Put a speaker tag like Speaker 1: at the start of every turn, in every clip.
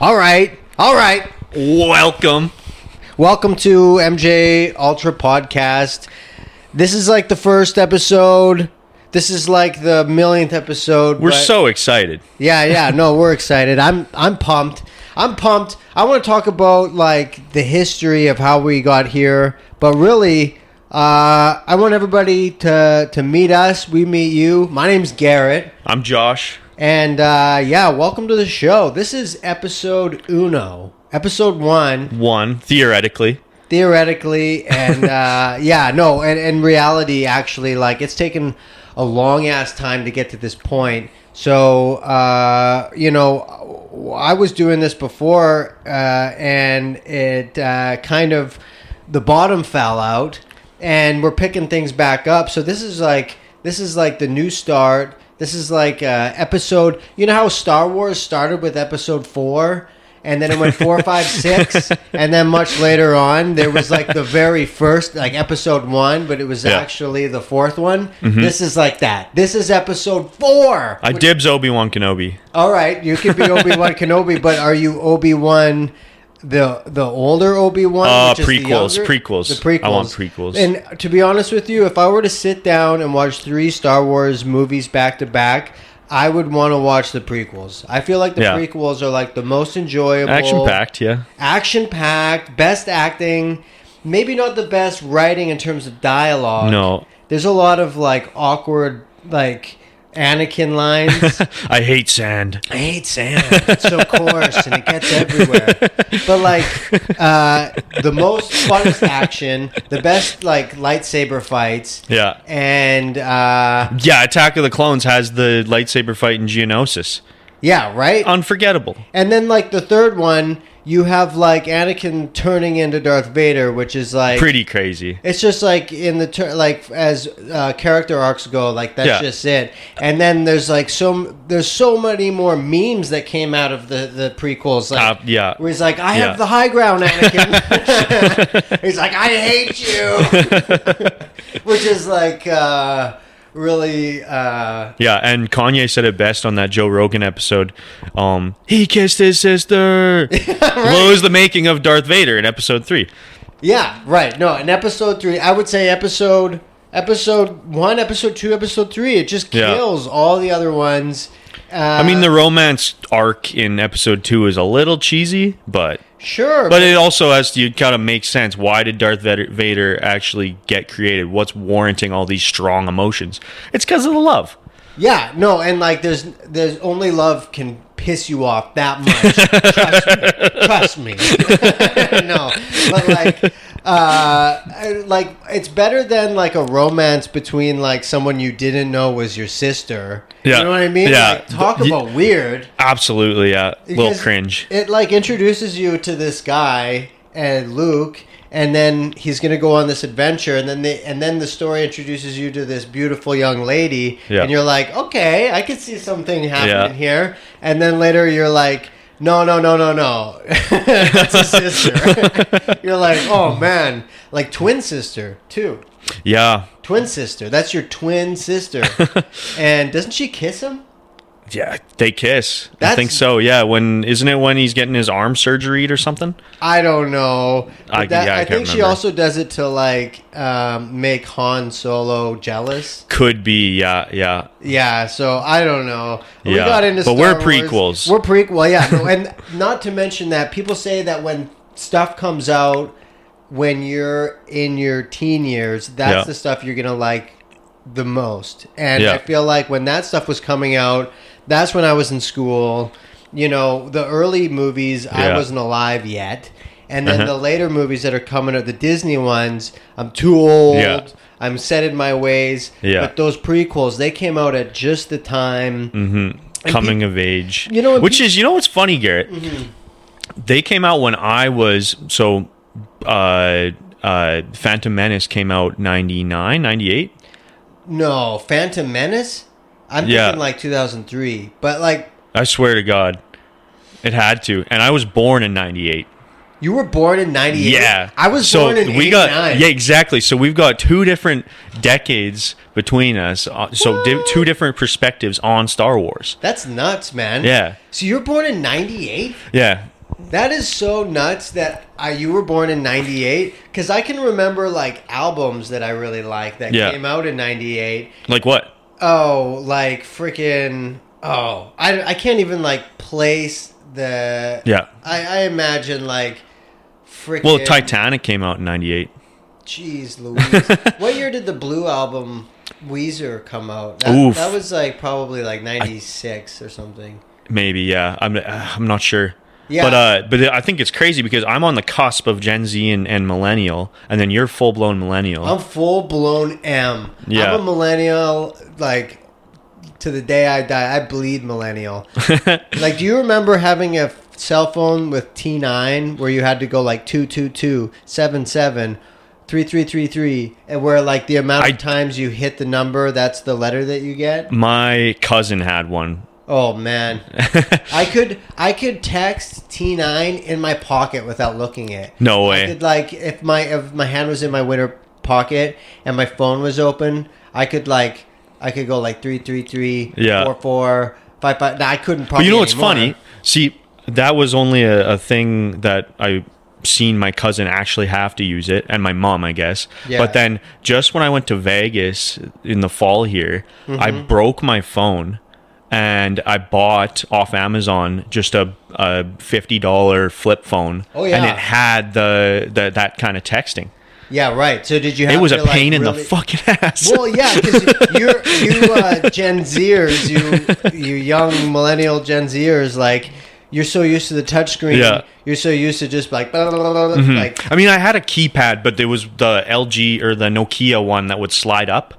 Speaker 1: All right. All right.
Speaker 2: Welcome.
Speaker 1: Welcome to MJ Ultra Podcast. This is like the first episode. This is like the millionth episode.
Speaker 2: We're
Speaker 1: but-
Speaker 2: so excited.
Speaker 1: Yeah, yeah. No, we're excited. I'm I'm pumped. I'm pumped. I want to talk about like the history of how we got here, but really uh, I want everybody to to meet us. We meet you. My name's Garrett,
Speaker 2: I'm Josh.
Speaker 1: and uh, yeah, welcome to the show. This is episode uno, episode one,
Speaker 2: One, theoretically.
Speaker 1: theoretically and uh, yeah no and in reality actually like it's taken a long ass time to get to this point so uh, you know i was doing this before uh, and it uh, kind of the bottom fell out and we're picking things back up so this is like this is like the new start this is like uh, episode you know how star wars started with episode four and then it went four, five, six, and then much later on there was like the very first, like episode one, but it was
Speaker 2: Yeah. Mm-hmm.
Speaker 1: actually the fourth one. This is like that. This is episode four.
Speaker 2: I dibs Obi Wan Kenobi.
Speaker 1: All right, you could be Obi Wan Kenobi, but are you Obi Wan? The the older Obi Wan,
Speaker 2: Uh,
Speaker 1: which is the
Speaker 2: prequels,
Speaker 1: younger-
Speaker 2: prequels.
Speaker 1: the prequels.
Speaker 2: I want prequels.
Speaker 1: And to be honest with you, if I were to sit down and watch three Star Wars movies back to back, I would want to watch the prequels. I feel like the
Speaker 2: Yeah.
Speaker 1: prequels are like the most enjoyable,
Speaker 2: Action packed, yeah.
Speaker 1: action packed, best acting, maybe not the best writing in terms of dialogue.
Speaker 2: No.
Speaker 1: There's a lot of like awkward like Anakin lines.
Speaker 2: I hate sand.
Speaker 1: I hate sand. It's so coarse and it gets everywhere. But like uh, the most funnest action, the best like lightsaber fights,
Speaker 2: Yeah.
Speaker 1: and uh,
Speaker 2: Yeah, Attack of the Clones has the lightsaber fight in Geonosis.
Speaker 1: yeah, right.
Speaker 2: Unforgettable.
Speaker 1: And then like the third one, you have like Anakin turning into Darth Vader, which is like
Speaker 2: Pretty crazy.
Speaker 1: It's just like in the ter- like as uh, character arcs go, like that's
Speaker 2: Yeah.
Speaker 1: just it. And then there's like so there's so many more memes that came out of the the prequels. Like,
Speaker 2: Uh, yeah.
Speaker 1: where he's like, I
Speaker 2: Yeah.
Speaker 1: have the high ground, Anakin. he's like, I hate you, which is like uh, really. Uh,
Speaker 2: Yeah, and Kanye said it best on that Joe Rogan episode. Um, he kissed his sister. What was the making of Darth Vader in episode three?
Speaker 1: Yeah, right. No, in episode three, I would say episode episode one, episode two, episode three. It just
Speaker 2: Yeah.
Speaker 1: kills all the other ones. Uh,
Speaker 2: I mean, the romance arc in episode two is a little cheesy, but
Speaker 1: sure,
Speaker 2: but it also has to kind of make sense. Why did Darth Vader- Vader actually get created? What's warranting all these strong emotions? It's because of the love.
Speaker 1: yeah, no, and like there's there's only love can piss you off that much. Trust me, trust me. no, but like. Uh, like it's better than like a romance between like someone you didn't know was your sister.
Speaker 2: Yeah.
Speaker 1: You know what I mean?
Speaker 2: Yeah.
Speaker 1: Like, talk
Speaker 2: Y-
Speaker 1: about weird.
Speaker 2: Absolutely, yeah. little
Speaker 1: Because
Speaker 2: cringe.
Speaker 1: It like introduces you to this guy and Luke, and then he's gonna go on this adventure, and then the and then the story introduces you to this beautiful young lady,
Speaker 2: Yeah.
Speaker 1: and you're like, okay, I can see something happening
Speaker 2: Yeah.
Speaker 1: here, and then later you're like. No, no, no, no, no. That's a sister. You're like, oh man, like twin sister too.
Speaker 2: Yeah,
Speaker 1: Twin sister. That's your twin sister. and doesn't she kiss him?
Speaker 2: yeah. They kiss. I
Speaker 1: That's-
Speaker 2: think so. Yeah. When isn't it when he's getting his arm surgery or something?
Speaker 1: I don't know. But
Speaker 2: I-
Speaker 1: that-
Speaker 2: yeah, I
Speaker 1: I
Speaker 2: can't
Speaker 1: think she
Speaker 2: remember.
Speaker 1: also does it to like um, make Han Solo jealous.
Speaker 2: Could be. Yeah, yeah.
Speaker 1: Yeah, so I don't know. We
Speaker 2: Yeah,
Speaker 1: got into Star
Speaker 2: but we're
Speaker 1: Wars.
Speaker 2: prequels.
Speaker 1: We're prequel. Yeah, no, and not to mention that people say that when stuff comes out when you're in your teen years, that's
Speaker 2: Yeah.
Speaker 1: the stuff you're gonna like the most. And
Speaker 2: Yeah.
Speaker 1: I feel like when that stuff was coming out, that's when I was in school. You know, the early movies I
Speaker 2: Yeah. Mm-hmm.
Speaker 1: wasn't alive yet. And then the later movies that are coming out, the Disney ones, I'm too old.
Speaker 2: Yeah.
Speaker 1: I'm set in my ways.
Speaker 2: Yeah.
Speaker 1: But those prequels, they came out at just the time.
Speaker 2: Mm. coming of age.
Speaker 1: You know, Mm-hmm. and
Speaker 2: which
Speaker 1: pe-
Speaker 2: is you know what's funny, Garrett. They came out when I was so. uh uh Phantom Menace came out 99, 98.
Speaker 1: No, Phantom Menace? I'm
Speaker 2: Yeah.
Speaker 1: thinking like 2003. But like,
Speaker 2: I swear to God, it had to. And I was born in 98.
Speaker 1: You were born in '98.
Speaker 2: Yeah,
Speaker 1: I was
Speaker 2: so
Speaker 1: born in '89.
Speaker 2: we got yeah exactly. So we've got two different decades between us. uh, So di- two different perspectives on Star Wars.
Speaker 1: That's nuts, man.
Speaker 2: Yeah.
Speaker 1: So you were born in '98.
Speaker 2: Yeah,
Speaker 1: That is so nuts that I, you were born in 98 because I can remember like albums that I really like that
Speaker 2: Yeah.
Speaker 1: came out in 98.
Speaker 2: like what?
Speaker 1: Oh, like freaking. Oh, I, I can't even like place the.
Speaker 2: Yeah.
Speaker 1: I, I imagine like freaking.
Speaker 2: Well, Titanic came out in '98.
Speaker 1: Jeez Louise. what year did the Blue album Weezer come out? That,
Speaker 2: Oof.
Speaker 1: that was like probably like 96 or something.
Speaker 2: Maybe yeah. I'm uh, I'm not sure.
Speaker 1: Yeah.
Speaker 2: But uh, but I think it's crazy because I'm on the cusp of Gen Z and, and millennial, and then you're full blown millennial.
Speaker 1: I'm full blown M.
Speaker 2: Yeah.
Speaker 1: am a millennial, like to the day I die. I bleed millennial. like, do you remember having a f- cell phone with T nine where you had to go like two two two seven seven three three three three, and where like the amount
Speaker 2: I-
Speaker 1: of times you hit the number, that's the letter that you get.
Speaker 2: My cousin had one.
Speaker 1: Oh man, I could I could text T nine in my pocket without looking at.
Speaker 2: No
Speaker 1: I
Speaker 2: way.
Speaker 1: could like if my if my hand was in my winter pocket and my phone was open, I could like I could go like three three three
Speaker 2: Yeah.
Speaker 1: four four five five. Nah, I couldn't.
Speaker 2: But
Speaker 1: Probably
Speaker 2: you know what's
Speaker 1: anymore.
Speaker 2: funny? See, that was only a, a thing that I seen my cousin actually have to use it, and my mom, I guess.
Speaker 1: Yeah.
Speaker 2: But then, just when I went to Vegas in the fall here,
Speaker 1: Mm-hmm.
Speaker 2: I broke my phone, and I bought off Amazon just a, a fifty dollar flip phone.
Speaker 1: Oh,
Speaker 2: and
Speaker 1: yeah.
Speaker 2: it had the, the that kind of texting.
Speaker 1: Yeah, right. So did you? Have
Speaker 2: It was
Speaker 1: to,
Speaker 2: a
Speaker 1: like,
Speaker 2: pain in
Speaker 1: really-
Speaker 2: the fucking ass.
Speaker 1: Well, yeah, because you're you uh, Gen Zers, you you young millennial Gen Zers, like you're so used to the touchscreen.
Speaker 2: Yeah. Mm-hmm.
Speaker 1: You're so used to just like blah, blah, blah, blah, like
Speaker 2: I mean, I had a keypad, but there was the LG or the Nokia one that would slide up.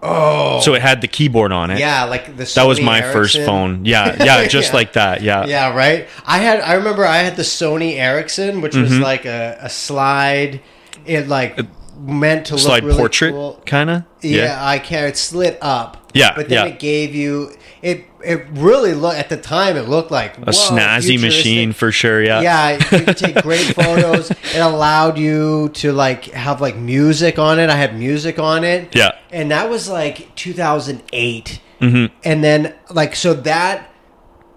Speaker 2: Oh. So it had the keyboard on it.
Speaker 1: yeah, like the
Speaker 2: That was
Speaker 1: Sony
Speaker 2: my first
Speaker 1: Ericsson.
Speaker 2: phone. Yeah, yeah, just
Speaker 1: Yeah.
Speaker 2: like that. Yeah.
Speaker 1: Yeah, right. I had I remember I had the Sony Ericsson, which
Speaker 2: Mm-hmm.
Speaker 1: was like a, a slide. It like meant to
Speaker 2: Slide
Speaker 1: look really
Speaker 2: portrait,
Speaker 1: cool.
Speaker 2: kind of.
Speaker 1: Yeah, I can. It slid up.
Speaker 2: Yeah,
Speaker 1: but then
Speaker 2: yeah.
Speaker 1: it gave you it. It really looked at the time. It looked like
Speaker 2: A snazzy machine for sure. Yeah.
Speaker 1: Yeah, you could take great photos. It allowed you to like have like music on it. I had music on it.
Speaker 2: Yeah.
Speaker 1: and that was like 2008. Mm-hmm. And then like so that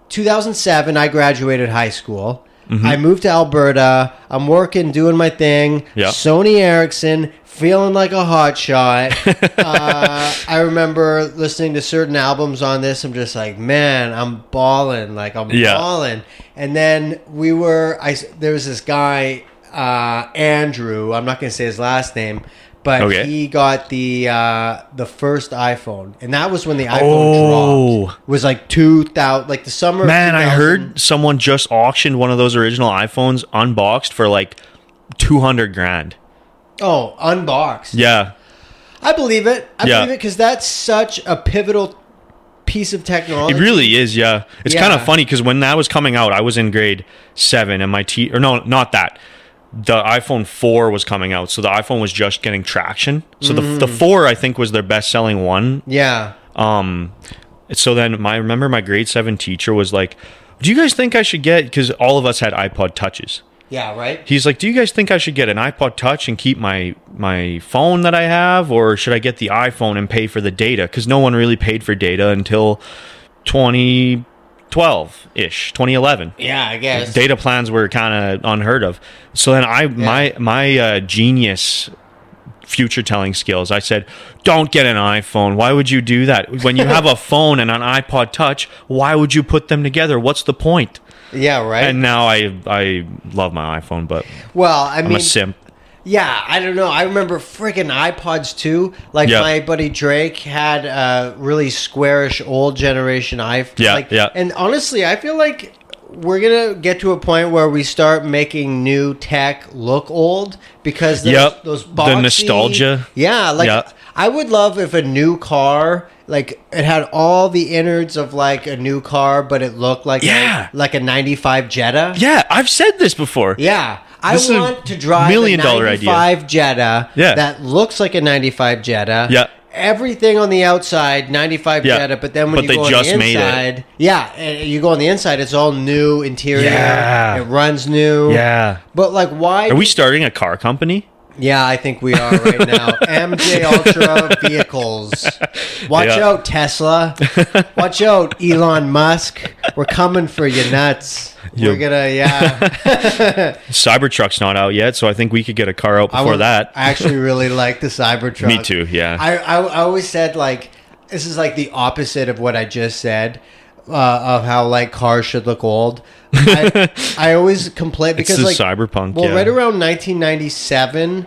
Speaker 1: 2007, I graduated high school.
Speaker 2: Mm-hmm.
Speaker 1: I moved to Alberta. I'm working, doing my thing.
Speaker 2: Yeah.
Speaker 1: Sony Ericsson, feeling like a hot shot. uh, I remember listening to certain albums on this. I'm just like, man, I'm balling. Like I'm
Speaker 2: Yeah.
Speaker 1: balling. And then we were. I s- there was this guy, uh, Andrew. I'm not gonna say his last name. But
Speaker 2: Okay.
Speaker 1: he got the uh, the first iPhone, and that was when the iPhone
Speaker 2: Oh.
Speaker 1: dropped. It was like two thousand, like the summer. of
Speaker 2: Man, I
Speaker 1: 2000.
Speaker 2: heard someone just auctioned one of those original iPhones unboxed for like 200 grand.
Speaker 1: Oh, unboxed.
Speaker 2: Yeah.
Speaker 1: I believe it. I
Speaker 2: Yeah.
Speaker 1: believe it because that's such a pivotal piece of technology.
Speaker 2: It really is, yeah. It's kind
Speaker 1: Yeah.
Speaker 2: of funny because when that was coming out, I was in grade seven, and my te or no, not that. The iPhone four was coming out, so the iPhone was just getting traction. So the the four, I think, was their best selling one.
Speaker 1: yeah.
Speaker 2: Um, so then my I remember my grade seven teacher was like, "Do you guys think I should get?" Because all of us had iPod touches.
Speaker 1: Yeah. Right.
Speaker 2: He's like, "Do you guys think I should get an iPod Touch and keep my my phone that I have, or should I get the iPhone and pay for the data? Because no one really paid for data until 2012 ish, 2011.
Speaker 1: Yeah, I guess.
Speaker 2: Data plans were kind of unheard of. So then I my my uh, genius." Future telling skills. I said, don't get an iPhone. Why would you do that? When you have a phone and an iPod Touch, why would you put them together? What's the point?
Speaker 1: yeah. Right.
Speaker 2: And now I I love my iPhone, but
Speaker 1: well, I
Speaker 2: I'm
Speaker 1: mean,
Speaker 2: a simp.
Speaker 1: yeah. I don't know. I remember freaking iPods too. Like
Speaker 2: Yeah.
Speaker 1: my buddy Drake had a really squarish old generation iPhone.
Speaker 2: Yeah,
Speaker 1: Like,
Speaker 2: yeah.
Speaker 1: And honestly, I feel like. We're gonna get to a point where we start making new tech look old because those,
Speaker 2: Yep.
Speaker 1: those
Speaker 2: The
Speaker 1: boxy,
Speaker 2: nostalgia.
Speaker 1: Yeah, like
Speaker 2: Yeah.
Speaker 1: I would love if a new car, like it had all the innards of like a new car, but it looked like
Speaker 2: Yeah.
Speaker 1: a, like a '95 Jetta.
Speaker 2: Yeah, I've said this before.
Speaker 1: Yeah. I
Speaker 2: This is a
Speaker 1: want to drive
Speaker 2: million
Speaker 1: a
Speaker 2: dollar idea.
Speaker 1: 95 Jetta
Speaker 2: Yeah.
Speaker 1: that looks like a 95 Jetta
Speaker 2: Yeah.
Speaker 1: everything on the outside 95
Speaker 2: Yeah.
Speaker 1: cheddar, but then when
Speaker 2: But
Speaker 1: you
Speaker 2: they
Speaker 1: go
Speaker 2: just
Speaker 1: on the
Speaker 2: made it.
Speaker 1: inside, yeah, and you go on the inside, it's all new interior.
Speaker 2: Yeah.
Speaker 1: It runs new.
Speaker 2: Yeah.
Speaker 1: But like, why?
Speaker 2: Are we starting a car company?
Speaker 1: yeah, I think we are right now. MJ Ultra vehicles. Watch
Speaker 2: Yeah.
Speaker 1: out, Tesla. Watch out, Elon Musk. We're coming for you, nuts. We're
Speaker 2: Yep.
Speaker 1: gonna, yeah.
Speaker 2: Cybertruck's not out yet, so I think we could get a car out
Speaker 1: I
Speaker 2: before
Speaker 1: would-
Speaker 2: that.
Speaker 1: I actually really like the Cybertruck.
Speaker 2: Me too, yeah.
Speaker 1: I, I, I always said like this is like the opposite of what I just said uh, of how like cars should look old. I, I always complain because
Speaker 2: the
Speaker 1: like
Speaker 2: cyberpunk,
Speaker 1: Well,
Speaker 2: yeah.
Speaker 1: right around 1997,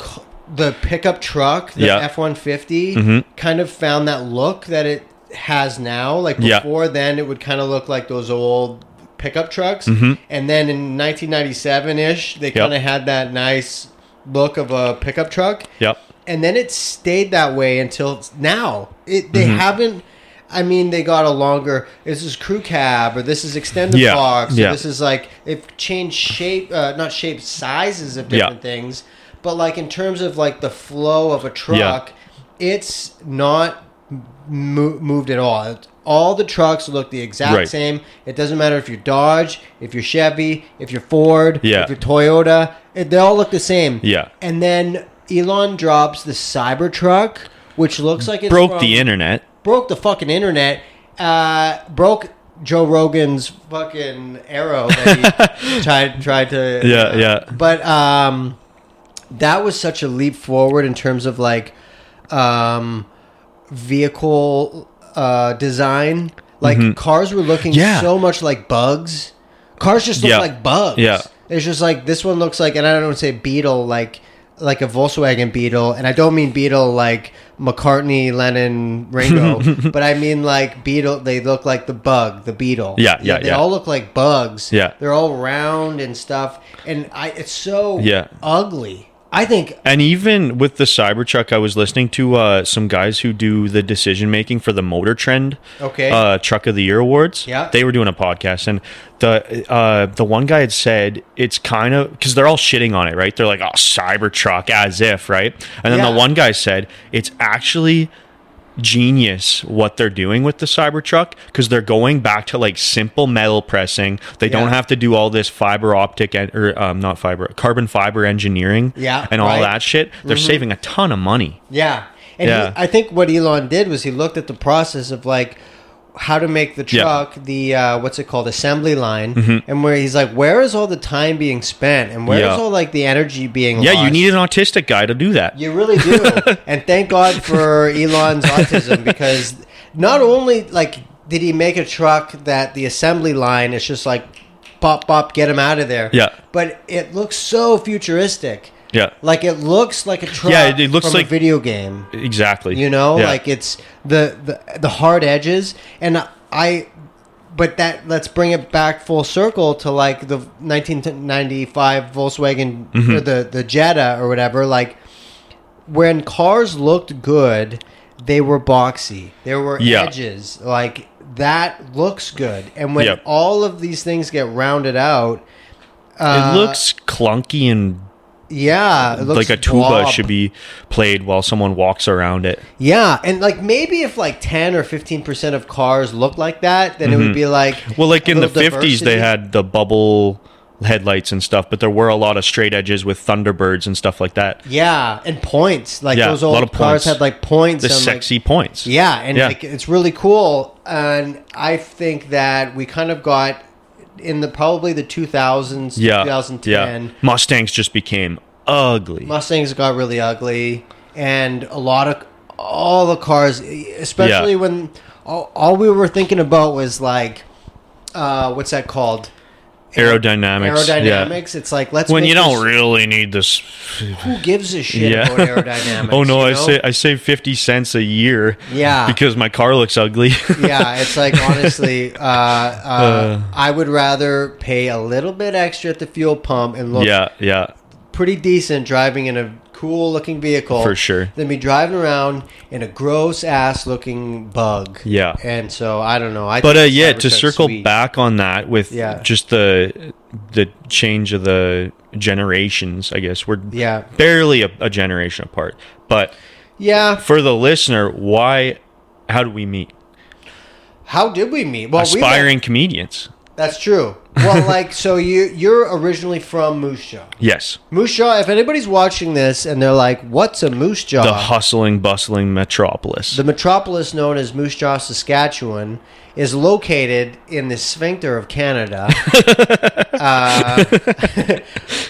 Speaker 1: c- the pickup truck, the
Speaker 2: Yeah. Mm-hmm.
Speaker 1: F 150, kind of found that look that it has now. Like
Speaker 2: Yeah.
Speaker 1: before then, it would kind of look like those old pickup trucks, and then in 1997 ish, they kind of had that nice look of a pickup truck
Speaker 2: yep.
Speaker 1: and then it stayed that way until now. It
Speaker 2: Mm-hmm.
Speaker 1: they haven't. I mean, they got a longer. This is crew cab, or this is extended
Speaker 2: Yeah,
Speaker 1: box. Or
Speaker 2: yeah.
Speaker 1: this is like they've changed shape, uh, not shape, sizes of
Speaker 2: Yeah.
Speaker 1: different things. But like in terms of like the flow of a truck, it's not mo- moved at all. It- All the trucks look the exact
Speaker 2: Right.
Speaker 1: same. It doesn't matter if you're Dodge, if you're Chevy, if you're Ford,
Speaker 2: Yeah.
Speaker 1: if you're Toyota. It, they all look the same.
Speaker 2: Yeah.
Speaker 1: And then Elon drops the Cybertruck, which looks like it
Speaker 2: Broke the internet.
Speaker 1: broke the fucking internet, uh, broke Joe Rogan's fucking arrow that he tried tried to
Speaker 2: Yeah, yeah.
Speaker 1: But um, that was such a leap forward in terms of like um, vehicle uh, design. Like cars were looking
Speaker 2: Mm-hmm. Yeah.
Speaker 1: so much like bugs. Cars just look
Speaker 2: Yeah.
Speaker 1: like bugs.
Speaker 2: Yeah.
Speaker 1: It's just like this one looks like, and I don't say Beetle like like a Volkswagen Beetle, and I don't mean Beetle like McCartney, Lennon, Ringo, but I mean like Beetle. They look like the bug, the Beetle.
Speaker 2: Yeah, yeah,
Speaker 1: They
Speaker 2: yeah.
Speaker 1: all look like bugs.
Speaker 2: Yeah.
Speaker 1: they're all round and stuff, and I it's so
Speaker 2: Yeah.
Speaker 1: ugly. I think
Speaker 2: And even with the Cybertruck, I was listening to uh, some guys who do the decision making for the Motor Trend
Speaker 1: Okay.
Speaker 2: uh, Truck of the Year awards.
Speaker 1: Yeah.
Speaker 2: they were doing a podcast, and the uh, the one guy had said it's kind of because they're all shitting on it, right? They're like, "Oh, Cybertruck," as if, right? And then
Speaker 1: Yeah.
Speaker 2: the one guy said it's actually genius what they're doing with the Cybertruck because they're going back to like simple metal pressing. They don't
Speaker 1: Yeah.
Speaker 2: have to do all this fiber optic en- or um, not fiber carbon fiber engineering
Speaker 1: Yeah,
Speaker 2: and all
Speaker 1: right. Mm-hmm.
Speaker 2: that shit. They're saving a ton of money.
Speaker 1: Yeah. And
Speaker 2: Yeah.
Speaker 1: He, I think what Elon did was he looked at the process of like how to make the
Speaker 2: Yeah. Mm-hmm.
Speaker 1: truck the uh, what's it called assembly line and where he's like where is all the time being spent and where is
Speaker 2: Yeah.
Speaker 1: all like the energy being
Speaker 2: Yeah, you
Speaker 1: lost?
Speaker 2: need an autistic guy to do that.
Speaker 1: You really do. and thank God for Elon's autism because not only like did he make a truck that the assembly line is just like pop pop get him out of there.
Speaker 2: Yeah.
Speaker 1: But it looks so futuristic.
Speaker 2: Yeah.
Speaker 1: Like it looks like a truck
Speaker 2: Yeah, it- it looks
Speaker 1: from a
Speaker 2: like-
Speaker 1: video game.
Speaker 2: Exactly.
Speaker 1: You know,
Speaker 2: Yeah.
Speaker 1: like it's the, the the hard edges, and I. But that let's bring it back full circle to like the 1995 Volkswagen
Speaker 2: Mm-hmm.
Speaker 1: or the the Jetta or whatever. Like when cars looked good, they were boxy. There were
Speaker 2: Yeah.
Speaker 1: edges. Like that looks good, and when
Speaker 2: Yep.
Speaker 1: all of these things get rounded out,
Speaker 2: it looks clunky and
Speaker 1: yeah, it Uh, looks
Speaker 2: like a tuba
Speaker 1: blob.
Speaker 2: should be played while someone walks around it.
Speaker 1: Yeah, and like maybe if like ten or fifteen percent of cars looked like that, then it would be like
Speaker 2: Mm-hmm. Well, like
Speaker 1: a
Speaker 2: in the
Speaker 1: little
Speaker 2: 50s,
Speaker 1: diversity.
Speaker 2: they had the bubble headlights and stuff, but there were a lot of straight edges with Thunderbirds and stuff like that.
Speaker 1: yeah, and points like
Speaker 2: Yeah,
Speaker 1: those
Speaker 2: a
Speaker 1: old
Speaker 2: lot of
Speaker 1: cars
Speaker 2: points.
Speaker 1: had like points.
Speaker 2: The
Speaker 1: and, like-
Speaker 2: sexy points.
Speaker 1: yeah, and
Speaker 2: Yeah.
Speaker 1: Like, it's really cool, and I think that we kind of got in the probably the two thousands,
Speaker 2: Yeah.
Speaker 1: two thousand ten.
Speaker 2: Yeah. Mustangs just became ugly.
Speaker 1: Mustangs got really ugly, and a lot of all the cars, e, especially
Speaker 2: Yeah.
Speaker 1: when all, all we were thinking about was like, uh, what's that called?
Speaker 2: aerodynamics. yeah.
Speaker 1: aerodynamics. It's like let's
Speaker 2: When
Speaker 1: make
Speaker 2: you don't
Speaker 1: this-
Speaker 2: really need this
Speaker 1: who gives a shit
Speaker 2: Yeah.
Speaker 1: about aerodynamics?
Speaker 2: Oh no,
Speaker 1: you
Speaker 2: I
Speaker 1: know?
Speaker 2: say I save fifty cents a year.
Speaker 1: Yeah.
Speaker 2: Because my car looks ugly.
Speaker 1: yeah, it's like honestly, uh, uh,
Speaker 2: Uh.
Speaker 1: I would rather pay a little bit extra at the fuel pump and look
Speaker 2: yeah, yeah.
Speaker 1: pretty decent driving in a cool looking vehicle
Speaker 2: For sure.
Speaker 1: than be driving around in a gross ass looking bug.
Speaker 2: Yeah.
Speaker 1: and so I don't know. I
Speaker 2: But uh,
Speaker 1: think
Speaker 2: yeah, to
Speaker 1: Cybertruck's
Speaker 2: circle
Speaker 1: sweet.
Speaker 2: back on that with
Speaker 1: Yeah.
Speaker 2: just the the change of the generations, I guess we're
Speaker 1: Yeah.
Speaker 2: barely a, a generation apart. But
Speaker 1: yeah.
Speaker 2: for the listener, why? How did we meet?
Speaker 1: How did we meet? Well, Oh, we met-
Speaker 2: Aspiring comedians.
Speaker 1: That's true. Well, like so you you're originally from Moose Jaw.
Speaker 2: Yes,
Speaker 1: Moose Jaw. If anybody's watching this and they're like, "What's a Moose Jaw?"
Speaker 2: the hustling, bustling metropolis.
Speaker 1: Uh-huh. The metropolis known as Moose Jaw, Saskatchewan, is located in the sphincter of Canada. Uh,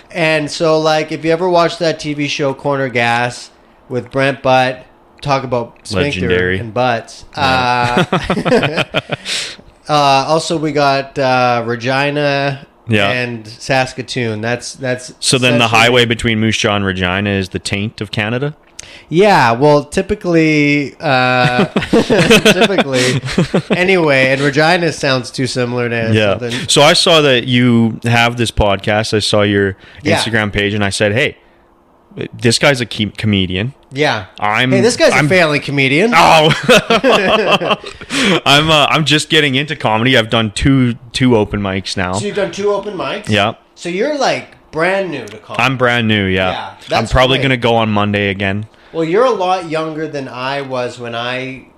Speaker 1: and so, like, if you ever watch that TV show Corner Gas with Brent Butt, talk about sphincter
Speaker 2: Legendary.
Speaker 1: and butts. Uh, uh, also, we got uh, Regina
Speaker 2: Yeah.
Speaker 1: and Saskatoon. That's that's
Speaker 2: so then the
Speaker 1: essentially-
Speaker 2: highway between Moose Jaw and Regina is the taint of Canada.
Speaker 1: Yeah, well, typically, uh, typically, anyway, and Regina sounds too similar to
Speaker 2: Yeah.
Speaker 1: something.
Speaker 2: So I saw that you have this podcast. I saw your
Speaker 1: Yeah.
Speaker 2: Instagram page, and I said, "Hey, this guy's a com- comedian.
Speaker 1: Yeah.
Speaker 2: I'm.
Speaker 1: Hey, this guy's
Speaker 2: I'm,
Speaker 1: a family comedian.
Speaker 2: Oh, I'm. Uh, I'm just getting into comedy. I've done two two open mics now.
Speaker 1: So you've done two open mics.
Speaker 2: Yeah,
Speaker 1: So you're like brand new to comedy.
Speaker 2: I'm brand new.
Speaker 1: Yeah,
Speaker 2: Yeah, I'm
Speaker 1: that's
Speaker 2: probably
Speaker 1: great.
Speaker 2: gonna go on Monday again.
Speaker 1: well, you're a lot younger than I was when I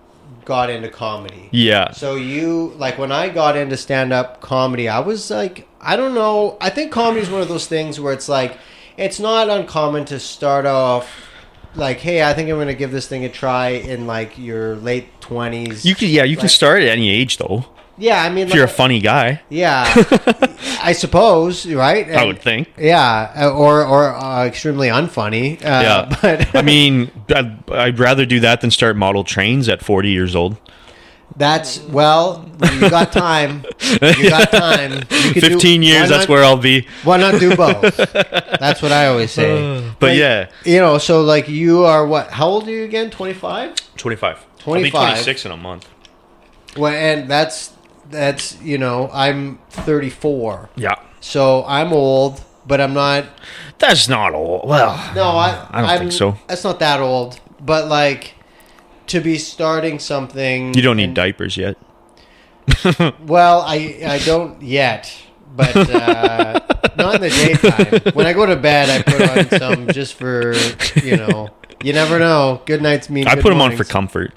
Speaker 1: got into comedy.
Speaker 2: Yeah,
Speaker 1: So you like when I got into stand up comedy, I was like, I don't know. I think comedy is one of those things where it's like, it's not uncommon to start off like, hey, I think I'm going to give this thing a try in like your late twenties.
Speaker 2: you can. Yeah, you can
Speaker 1: Like-
Speaker 2: start at any age though.
Speaker 1: yeah, I mean,
Speaker 2: If you're a
Speaker 1: like-
Speaker 2: funny guy,
Speaker 1: yeah, I suppose, right?
Speaker 2: I
Speaker 1: And-
Speaker 2: would think.
Speaker 1: Yeah, uh, or or uh, extremely unfunny. Uh,
Speaker 2: Yeah,
Speaker 1: but
Speaker 2: I mean, I'd, I'd rather do that than start model trains at 40 years old.
Speaker 1: that's well, you got time. You got time. You could do-
Speaker 2: 15
Speaker 1: why
Speaker 2: years, that's
Speaker 1: not-
Speaker 2: where I'll be.
Speaker 1: Why not do both? That's what I always say.
Speaker 2: But yeah,
Speaker 1: You know, so like you are what? How old are you again? 25?
Speaker 2: 25. I'll
Speaker 1: 25.
Speaker 2: be 26 in a month.
Speaker 1: Well, and that's that's, you know, I'm 34.
Speaker 2: Yeah.
Speaker 1: So I'm old, but I'm not
Speaker 2: That's not old. Well,
Speaker 1: No, I
Speaker 2: I don't
Speaker 1: I'm-
Speaker 2: think so.
Speaker 1: That's not that old, but like to be starting something
Speaker 2: you don't need
Speaker 1: and-
Speaker 2: diapers yet.
Speaker 1: Well, I I don't yet, but uh, not in the daytime. When I go to bed, I put on some just for you know. You never know. Good nights mean.
Speaker 2: I
Speaker 1: good
Speaker 2: put them on for
Speaker 1: mornings.
Speaker 2: comfort.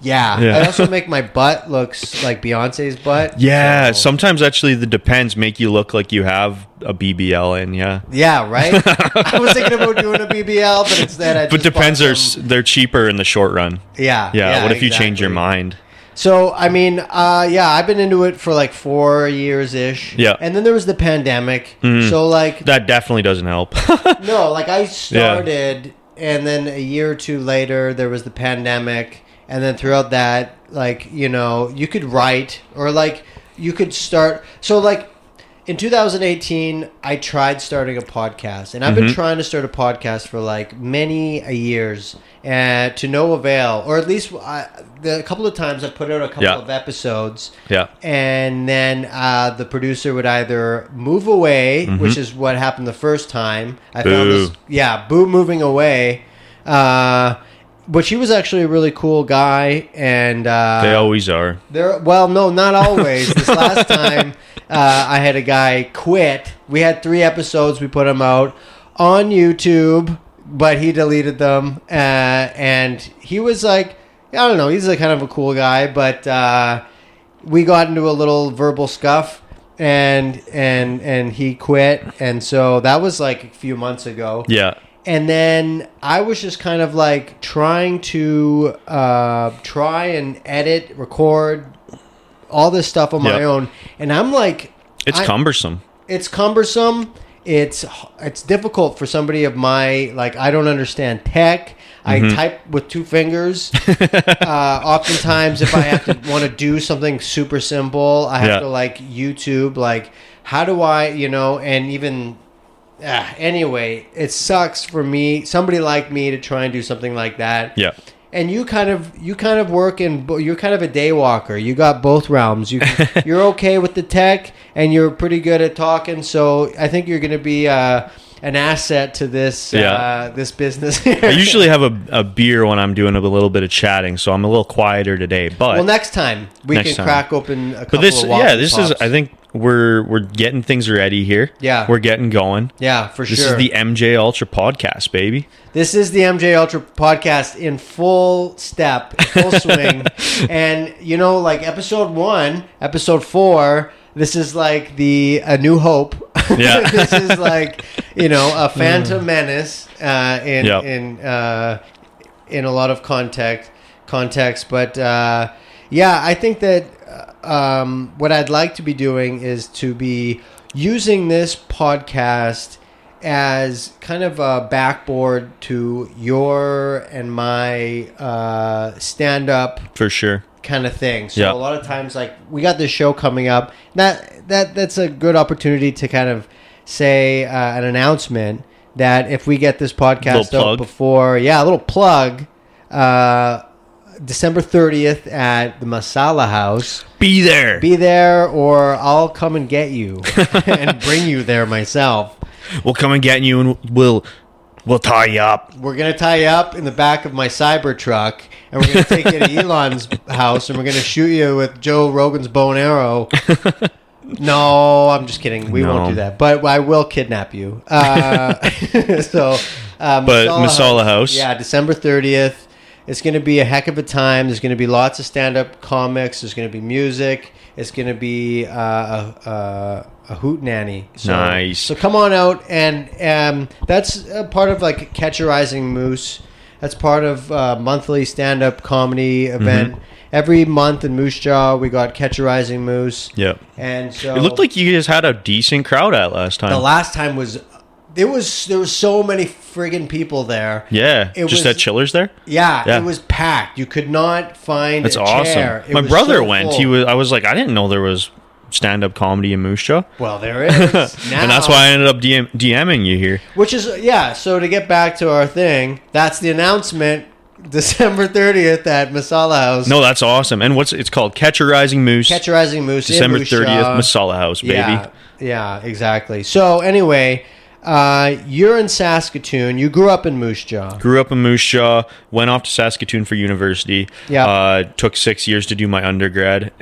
Speaker 1: Yeah.
Speaker 2: Yeah.
Speaker 1: I also make my butt looks like Beyonce's butt.
Speaker 2: Yeah,
Speaker 1: so-
Speaker 2: sometimes actually the depends make you look like you have a BBL in, yeah.
Speaker 1: yeah, right. I was thinking about doing a BBL, but instead I.
Speaker 2: But
Speaker 1: just bought
Speaker 2: depends are s-
Speaker 1: some-
Speaker 2: they're cheaper in the short run.
Speaker 1: Yeah.
Speaker 2: Yeah, what if you change your
Speaker 1: exactly.
Speaker 2: mind?
Speaker 1: So I mean, uh, yeah, I've been into it for like four years ish.
Speaker 2: Yeah. Mm-hmm.
Speaker 1: And then there was the pandemic. So like,
Speaker 2: That definitely doesn't help.
Speaker 1: no, like I started, and then a year or two later there was the pandemic, and then throughout that, like you know, you could write or like you could start. So like. In 2018, I tried starting a podcast, and I've been trying to start a podcast for like many a years, and to no avail. Or at least I, the a couple of times I put out a couple
Speaker 2: Yeah.
Speaker 1: of episodes,
Speaker 2: yeah.
Speaker 1: and then uh, the producer would either move away, which is what happened the first time. I found
Speaker 2: Mm-hmm. Boo.
Speaker 1: this, yeah, Boo moving away. Uh, but she was actually a really cool guy, and uh,
Speaker 2: They always are.
Speaker 1: there, well, no, not always. this last time, uh, I had a guy quit. We had three episodes. We put them out on YouTube, but he deleted them. Uh, and he was like, I don't know. He's a kind of a cool guy, but uh, we got into a little verbal scuff, and and and he quit. And so that was like a few months ago.
Speaker 2: Yeah.
Speaker 1: And then I was just kind of like trying to uh, try and edit, record all this stuff on my
Speaker 2: Yeah.
Speaker 1: own, and I'm like,
Speaker 2: It's
Speaker 1: I-
Speaker 2: cumbersome.
Speaker 1: it's cumbersome. It's it's difficult for somebody of my like I don't understand tech. I type with two fingers. uh, oftentimes, if I have to want to do something super simple, I have
Speaker 2: Yeah.
Speaker 1: to like YouTube. Like, how do I, you know? And even ah, anyway, it sucks for me, somebody like me, to try and do something like that
Speaker 2: Yeah.
Speaker 1: and you kind of you kind of work in bo- you're kind of a day walker you got both realms you you're okay with the tech and you're pretty good at talking so i think you're going to be uh an asset to this
Speaker 2: Yeah.
Speaker 1: uh, this business.
Speaker 2: I usually have a, a beer when I'm doing a little bit of chatting, so I'm a little quieter today. But
Speaker 1: well, next time we
Speaker 2: Next
Speaker 1: can
Speaker 2: time.
Speaker 1: crack open a couple
Speaker 2: but this
Speaker 1: of
Speaker 2: yeah, this is
Speaker 1: Wops.
Speaker 2: I think we're we're getting things ready here.
Speaker 1: Yeah.
Speaker 2: we're getting going.
Speaker 1: yeah for
Speaker 2: This
Speaker 1: sure.
Speaker 2: is the MJ Ultra podcast, baby.
Speaker 1: This is the MJ Ultra podcast in full step, full swing. And you know, like episode one, episode four, this is like the A New Hope.
Speaker 2: Yeah.
Speaker 1: this is like, you know, a phantom menace uh, in
Speaker 2: Yep.
Speaker 1: in uh, in a lot of context context. But uh, yeah, I think that uh, um, what I'd like to be doing is to be using this podcast as kind of a backboard to your and my uh, stand up
Speaker 2: For sure.
Speaker 1: kind of thing. So
Speaker 2: Yeah.
Speaker 1: a lot of times, like we got this show coming up. That that that's a good opportunity to kind of say uh, an announcement that if we get this podcast
Speaker 2: Little
Speaker 1: up
Speaker 2: plug.
Speaker 1: before, yeah, a little plug. Uh, December thirtieth at the Masala House.
Speaker 2: Be there.
Speaker 1: Be there, or I'll come and get you and bring you there myself.
Speaker 2: we'll come and get you, and we'll we'll tie you up.
Speaker 1: We're gonna tie you up in the back of my cyber truck, and we're gonna take you to Elon's house, and we're gonna shoot you with Joe Rogan's bow and arrow. No, I'm just kidding. We
Speaker 2: No.
Speaker 1: won't do that, but I will kidnap you. Uh, so, uh,
Speaker 2: But Masala House.
Speaker 1: yeah, December 30th. It's going to be a heck of a time. There's going to be lots of stand-up comics. There's going to be music. It's going to be uh, a, a, a hoot nanny. So,
Speaker 2: Nice.
Speaker 1: So come on out, and um, that's a part of like catcherizing moose. That's part of uh, monthly stand-up comedy
Speaker 2: Mm-hmm.
Speaker 1: event. Every month in Moose Jaw, we got catcherizing moose.
Speaker 2: Yep.
Speaker 1: And so
Speaker 2: It looked like you guys had a decent crowd at last time.
Speaker 1: the last time was there was there was so many friggin' people there.
Speaker 2: yeah,
Speaker 1: it
Speaker 2: just
Speaker 1: was-
Speaker 2: that chillers there.
Speaker 1: Yeah,
Speaker 2: Yeah.
Speaker 1: it was packed. You could not find.
Speaker 2: That's
Speaker 1: a
Speaker 2: awesome.
Speaker 1: chair. It
Speaker 2: My
Speaker 1: was
Speaker 2: brother
Speaker 1: so
Speaker 2: went.
Speaker 1: full.
Speaker 2: He was. I was like, I didn't know there was stand up comedy in Moose Jaw,
Speaker 1: Well, there is, now,
Speaker 2: and that's why I ended up DM, DMing you here.
Speaker 1: Which is yeah. So to get back to our thing, that's the announcement. December thirtieth at Masala House.
Speaker 2: No, that's awesome. And what's it's called? Catcherizing Moose.
Speaker 1: Catcherizing Moose. in
Speaker 2: December
Speaker 1: Moose Jaw.
Speaker 2: thirtieth, Masala House, baby.
Speaker 1: Yeah, yeah, exactly. So anyway, uh, you're in Saskatoon. You grew up in Moose Jaw.
Speaker 2: Grew up in Moose Jaw, went off to Saskatoon for university.
Speaker 1: Yeah.
Speaker 2: Uh, took six years to do my undergrad.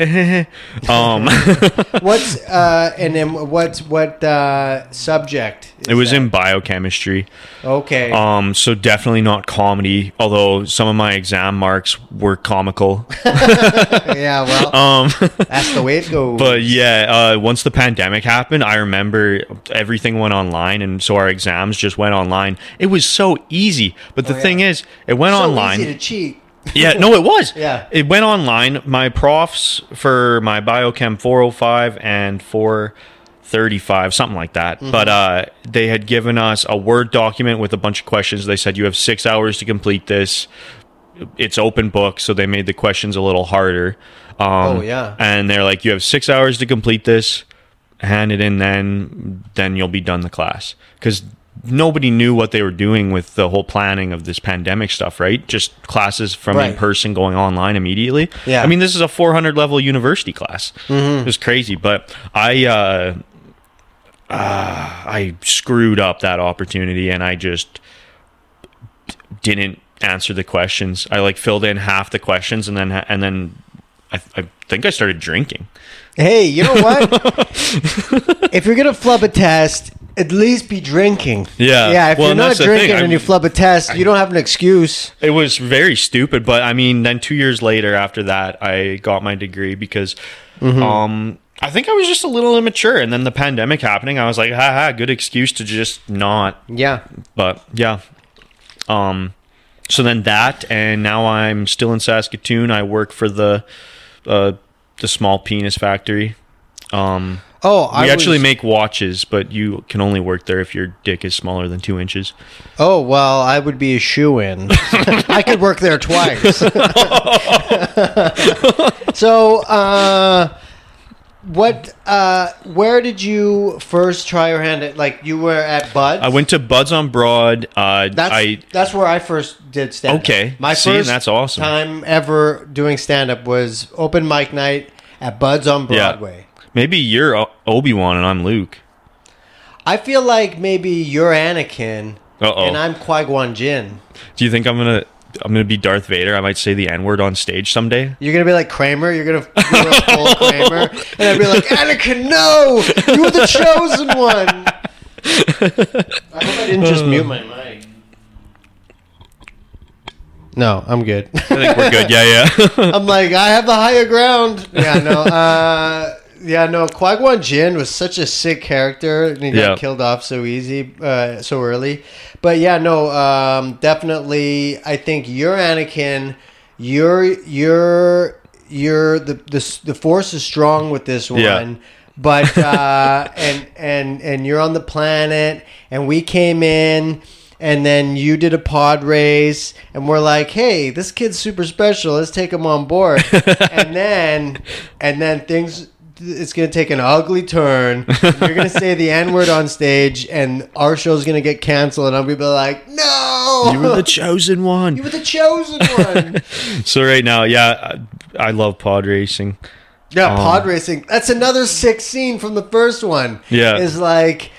Speaker 2: um,
Speaker 1: What's uh, and then what's what uh, subject? is
Speaker 2: it was
Speaker 1: that?
Speaker 2: in biochemistry.
Speaker 1: okay.
Speaker 2: Um, so definitely not comedy, although some of my exam marks were comical.
Speaker 1: yeah, well,
Speaker 2: Um,
Speaker 1: that's the way it goes.
Speaker 2: but yeah, uh, once the pandemic happened, I remember everything went online, and so our exams just went online. It was so easy. But the
Speaker 1: Oh, yeah.
Speaker 2: thing is, it went
Speaker 1: so
Speaker 2: online.
Speaker 1: easy to cheat.
Speaker 2: yeah, no, it was.
Speaker 1: Yeah.
Speaker 2: It went online. My profs for my biochem 405 and 435, something like that. But uh, they had given us a Word document with a bunch of questions. They said, you have six hours to complete this. It's open book, so they made the questions a little harder. Um,
Speaker 1: Oh, yeah.
Speaker 2: And they're like, you have six hours to complete this. Hand it in, then then you'll be done the class. Because nobody knew what they were doing with the whole planning of this pandemic stuff, right? Just classes from
Speaker 1: Right.
Speaker 2: in person going online immediately.
Speaker 1: Yeah.
Speaker 2: I mean, this is a 400 level university class. It was crazy, but I uh, uh, I screwed up that opportunity, and I just didn't answer the questions. I like filled in half the questions, and then and then. I, I think I started drinking.
Speaker 1: Hey, you know what? if you're gonna flub a test, at least be drinking.
Speaker 2: Yeah.
Speaker 1: yeah. If
Speaker 2: Well,
Speaker 1: you're
Speaker 2: and
Speaker 1: not
Speaker 2: that's the thing,
Speaker 1: drinking and
Speaker 2: I'm-
Speaker 1: you flub a test, you don't have an excuse.
Speaker 2: It was very stupid, but I mean, then two years later after that, I got my degree because um, I think I was just a little immature. And then the pandemic happening, I was like, haha, good excuse to just not
Speaker 1: Yeah,
Speaker 2: but yeah um so then that and now i'm still in saskatoon i work for the uh the small penis factory um
Speaker 1: Oh, I
Speaker 2: we actually
Speaker 1: was-
Speaker 2: make watches but you can only work there if your dick is smaller than two inches
Speaker 1: Oh well, I would be a shoe in. I could work there twice. so, uh, what? Uh, where did you first try your hand at? Like you were at Bud.
Speaker 2: i went to buds on broad uh
Speaker 1: That's
Speaker 2: i
Speaker 1: that's where I first did stand.
Speaker 2: Okay.
Speaker 1: my
Speaker 2: See, and
Speaker 1: first
Speaker 2: that's awesome.
Speaker 1: time ever doing stand up was open mic night at Bud's on
Speaker 2: Yeah.
Speaker 1: Broadway.
Speaker 2: maybe you're O- obi-wan and i'm luke
Speaker 1: I feel like maybe you're Anakin
Speaker 2: Uh-oh.
Speaker 1: and I'm Qui Gon Jinn.
Speaker 2: Do you think I'm gonna I'm gonna be Darth Vader? I might say the N word on stage someday.
Speaker 1: You're gonna be like Kramer. You're gonna do a full Kramer, and I'd be like, Anakin, no, you were the chosen one. I hope I didn't just mute my mic. No, I'm good.
Speaker 2: I think we're good. Yeah, yeah.
Speaker 1: I'm like, I have the higher ground. Yeah, no. Uh, yeah, no. Qui Gon Jinn was such a sick character, and he
Speaker 2: Yeah.
Speaker 1: got killed off so easy, uh, so early. But yeah, no. Um, definitely, I think you're Anakin. You're you're you're the the s- the Force is strong with this one.
Speaker 2: Yeah.
Speaker 1: But uh, and and and you're on the planet, and we came in. And then you did a pod race, and we're like, "Hey, this kid's super special. Let's take him on board." and then, and then things it's going to take an ugly turn. You're going to say the N word on stage, and our show's going to get canceled. And I'm going to be like, no,
Speaker 2: you were the chosen
Speaker 1: You
Speaker 2: one.
Speaker 1: were the chosen one.
Speaker 2: So right now, yeah, I, I love pod racing.
Speaker 1: yeah,
Speaker 2: Um,
Speaker 1: pod racing. That's another sick scene from the first one.
Speaker 2: Yeah.
Speaker 1: is like,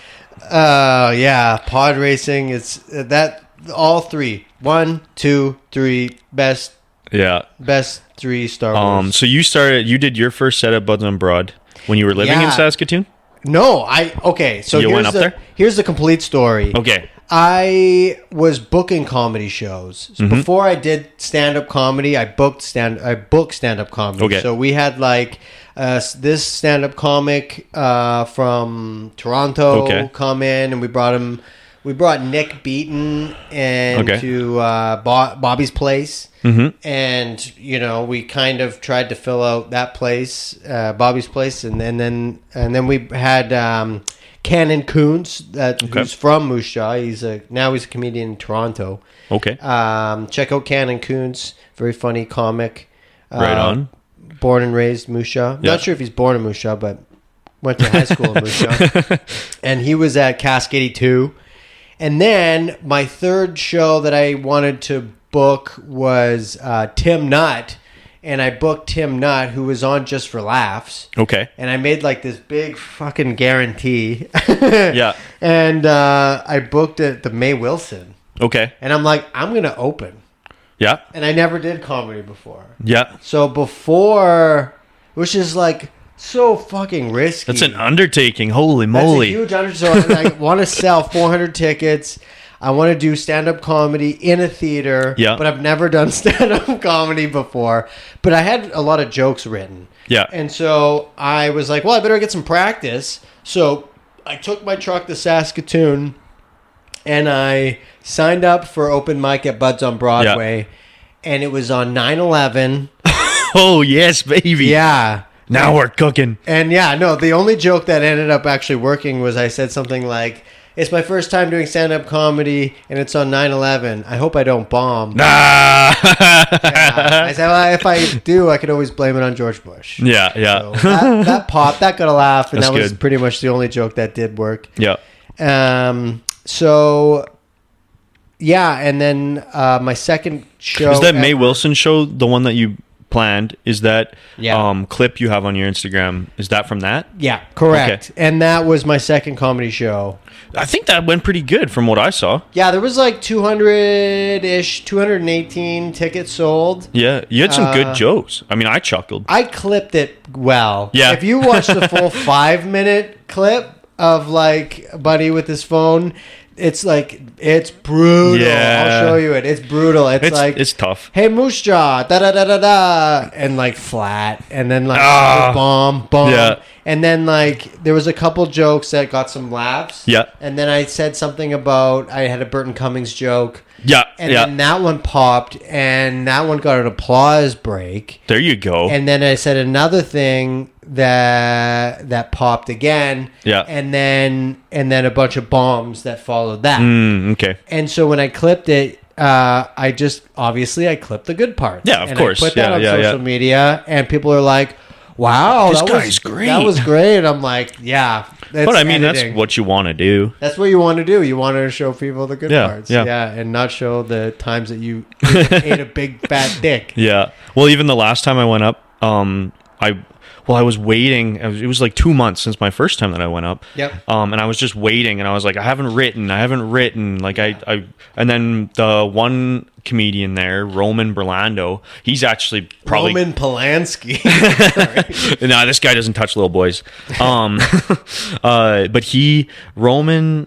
Speaker 1: uh, yeah, pod racing. It's that all three. One, two, three. Best,
Speaker 2: Yeah.
Speaker 1: best three Star Wars.
Speaker 2: Um. So you started. You did your first set at Buds on Broad when you were living
Speaker 1: Yeah.
Speaker 2: in Saskatoon.
Speaker 1: no, I okay. So
Speaker 2: You
Speaker 1: here's
Speaker 2: went up
Speaker 1: the,
Speaker 2: there?
Speaker 1: Here's the complete story.
Speaker 2: Okay.
Speaker 1: I was booking comedy shows
Speaker 2: Mm-hmm.
Speaker 1: before I did stand up comedy. I booked stand I booked stand up comedy.
Speaker 2: Okay.
Speaker 1: So we had like uh, s- this stand up comic uh, from Toronto
Speaker 2: Okay.
Speaker 1: come in, and we brought him. We brought Nick Beaton and
Speaker 2: Okay.
Speaker 1: to uh, Bo- Bobby's place, mm-hmm. and you know we kind of tried to fill out that place, uh, Bobby's place, and, and then and then we had um, Cannon Coons that who's from Moose Jaw. He's a now he's a comedian in Toronto.
Speaker 2: Okay.
Speaker 1: Um, check out Cannon Coons, very funny comic.
Speaker 2: right
Speaker 1: Uh,
Speaker 2: on.
Speaker 1: Born and raised Moose Jaw.
Speaker 2: Yeah.
Speaker 1: Not sure if he's born in Moose Jaw, but went to high school in Moose Jaw. And he was at Cask 82. And then my third show that I wanted to book was uh, Tim Nutt. And I booked Tim Nutt, who was on Just for Laughs
Speaker 2: Okay.
Speaker 1: and I made like this big fucking guarantee.
Speaker 2: Yeah.
Speaker 1: And uh, I booked it the May Wilson,
Speaker 2: Okay.
Speaker 1: and I'm like, I'm gonna open,
Speaker 2: Yeah.
Speaker 1: and I never did comedy before.
Speaker 2: Yeah.
Speaker 1: So before, which is like so fucking risky.
Speaker 2: That's an undertaking. Holy
Speaker 1: That's
Speaker 2: moly.
Speaker 1: a huge undertaking. So I want to sell 400 tickets. I want to do stand up comedy in a theater.
Speaker 2: Yeah.
Speaker 1: But I've never done stand up comedy before. But I had a lot of jokes written.
Speaker 2: Yeah.
Speaker 1: And so I was like, well, I better get some practice. So I took my truck to Saskatoon and I signed up for open mic at Bud's on Broadway. And it was on 9 11.
Speaker 2: oh yes, baby.
Speaker 1: Yeah.
Speaker 2: Now we're cooking.
Speaker 1: And yeah, no, the only joke that ended up actually working was I said something like, It's my first time doing stand up comedy and it's on 9 11. I hope I don't bomb.
Speaker 2: Nah. Ah.
Speaker 1: I said, Well, if I do, I could always blame it on George Bush.
Speaker 2: yeah. Yeah.
Speaker 1: So that, that popped, that got a laugh, and
Speaker 2: That's
Speaker 1: that was
Speaker 2: good.
Speaker 1: pretty much the only joke that did work.
Speaker 2: yeah.
Speaker 1: Um, so, yeah, and then uh, my second show.
Speaker 2: Is that
Speaker 1: at-
Speaker 2: May Wilson show the one that you planned? Is that
Speaker 1: Yeah.
Speaker 2: um, clip you have on your Instagram? Is that from that?
Speaker 1: Yeah, correct. And that was my second comedy show.
Speaker 2: I think that went pretty good from what I saw.
Speaker 1: Yeah, there was like 200 ish, 218 tickets sold.
Speaker 2: Yeah, you had some
Speaker 1: Uh,
Speaker 2: good jokes. I mean, I chuckled.
Speaker 1: I clipped it well.
Speaker 2: Yeah.
Speaker 1: If you watch the full five minute clip of like a Buddy with his phone, it's like, it's brutal.
Speaker 2: Yeah.
Speaker 1: I'll show you it. It's brutal. It's,
Speaker 2: It's
Speaker 1: like,
Speaker 2: it's tough.
Speaker 1: hey, Moose Jaw, da da da da da. And like flat. And then like,
Speaker 2: Ah.
Speaker 1: bomb, bomb.
Speaker 2: Yeah.
Speaker 1: And then like, there was a couple jokes that got some laughs.
Speaker 2: Yeah.
Speaker 1: And then I said something about, I had a Burton Cummings joke.
Speaker 2: Yeah,
Speaker 1: And
Speaker 2: yeah.
Speaker 1: then that one popped, and that one got an applause break.
Speaker 2: there you go.
Speaker 1: And then I said another thing that that popped again.
Speaker 2: Yeah.
Speaker 1: And then and then a bunch of bombs that followed that.
Speaker 2: Mm, okay.
Speaker 1: And so when I clipped it, uh, I just obviously I clipped the good part.
Speaker 2: Yeah, of
Speaker 1: and
Speaker 2: course.
Speaker 1: I put that
Speaker 2: Yeah,
Speaker 1: on
Speaker 2: yeah,
Speaker 1: social
Speaker 2: yeah.
Speaker 1: media, and people are like, "Wow,
Speaker 2: This
Speaker 1: that
Speaker 2: guy's
Speaker 1: was,
Speaker 2: great."
Speaker 1: That was great." I'm like, "Yeah." That's
Speaker 2: But I mean,
Speaker 1: editing.
Speaker 2: that's what you want to do.
Speaker 1: That's what you want to do. You want to show people the good
Speaker 2: Yeah,
Speaker 1: parts.
Speaker 2: yeah.
Speaker 1: and not show the times that you ate a big fat dick.
Speaker 2: Yeah. Well, even the last time I went up, um, I well, I was waiting. I was- It was like two months since my first time that I went up.
Speaker 1: Yep.
Speaker 2: Um, and I was just waiting, and I was like, I haven't written, I haven't written. Like I, I, and then the one comedian there, Roman Berlando, he's actually probably
Speaker 1: Roman Polanski.
Speaker 2: nah, this guy doesn't touch little boys. Um, uh, but he Roman,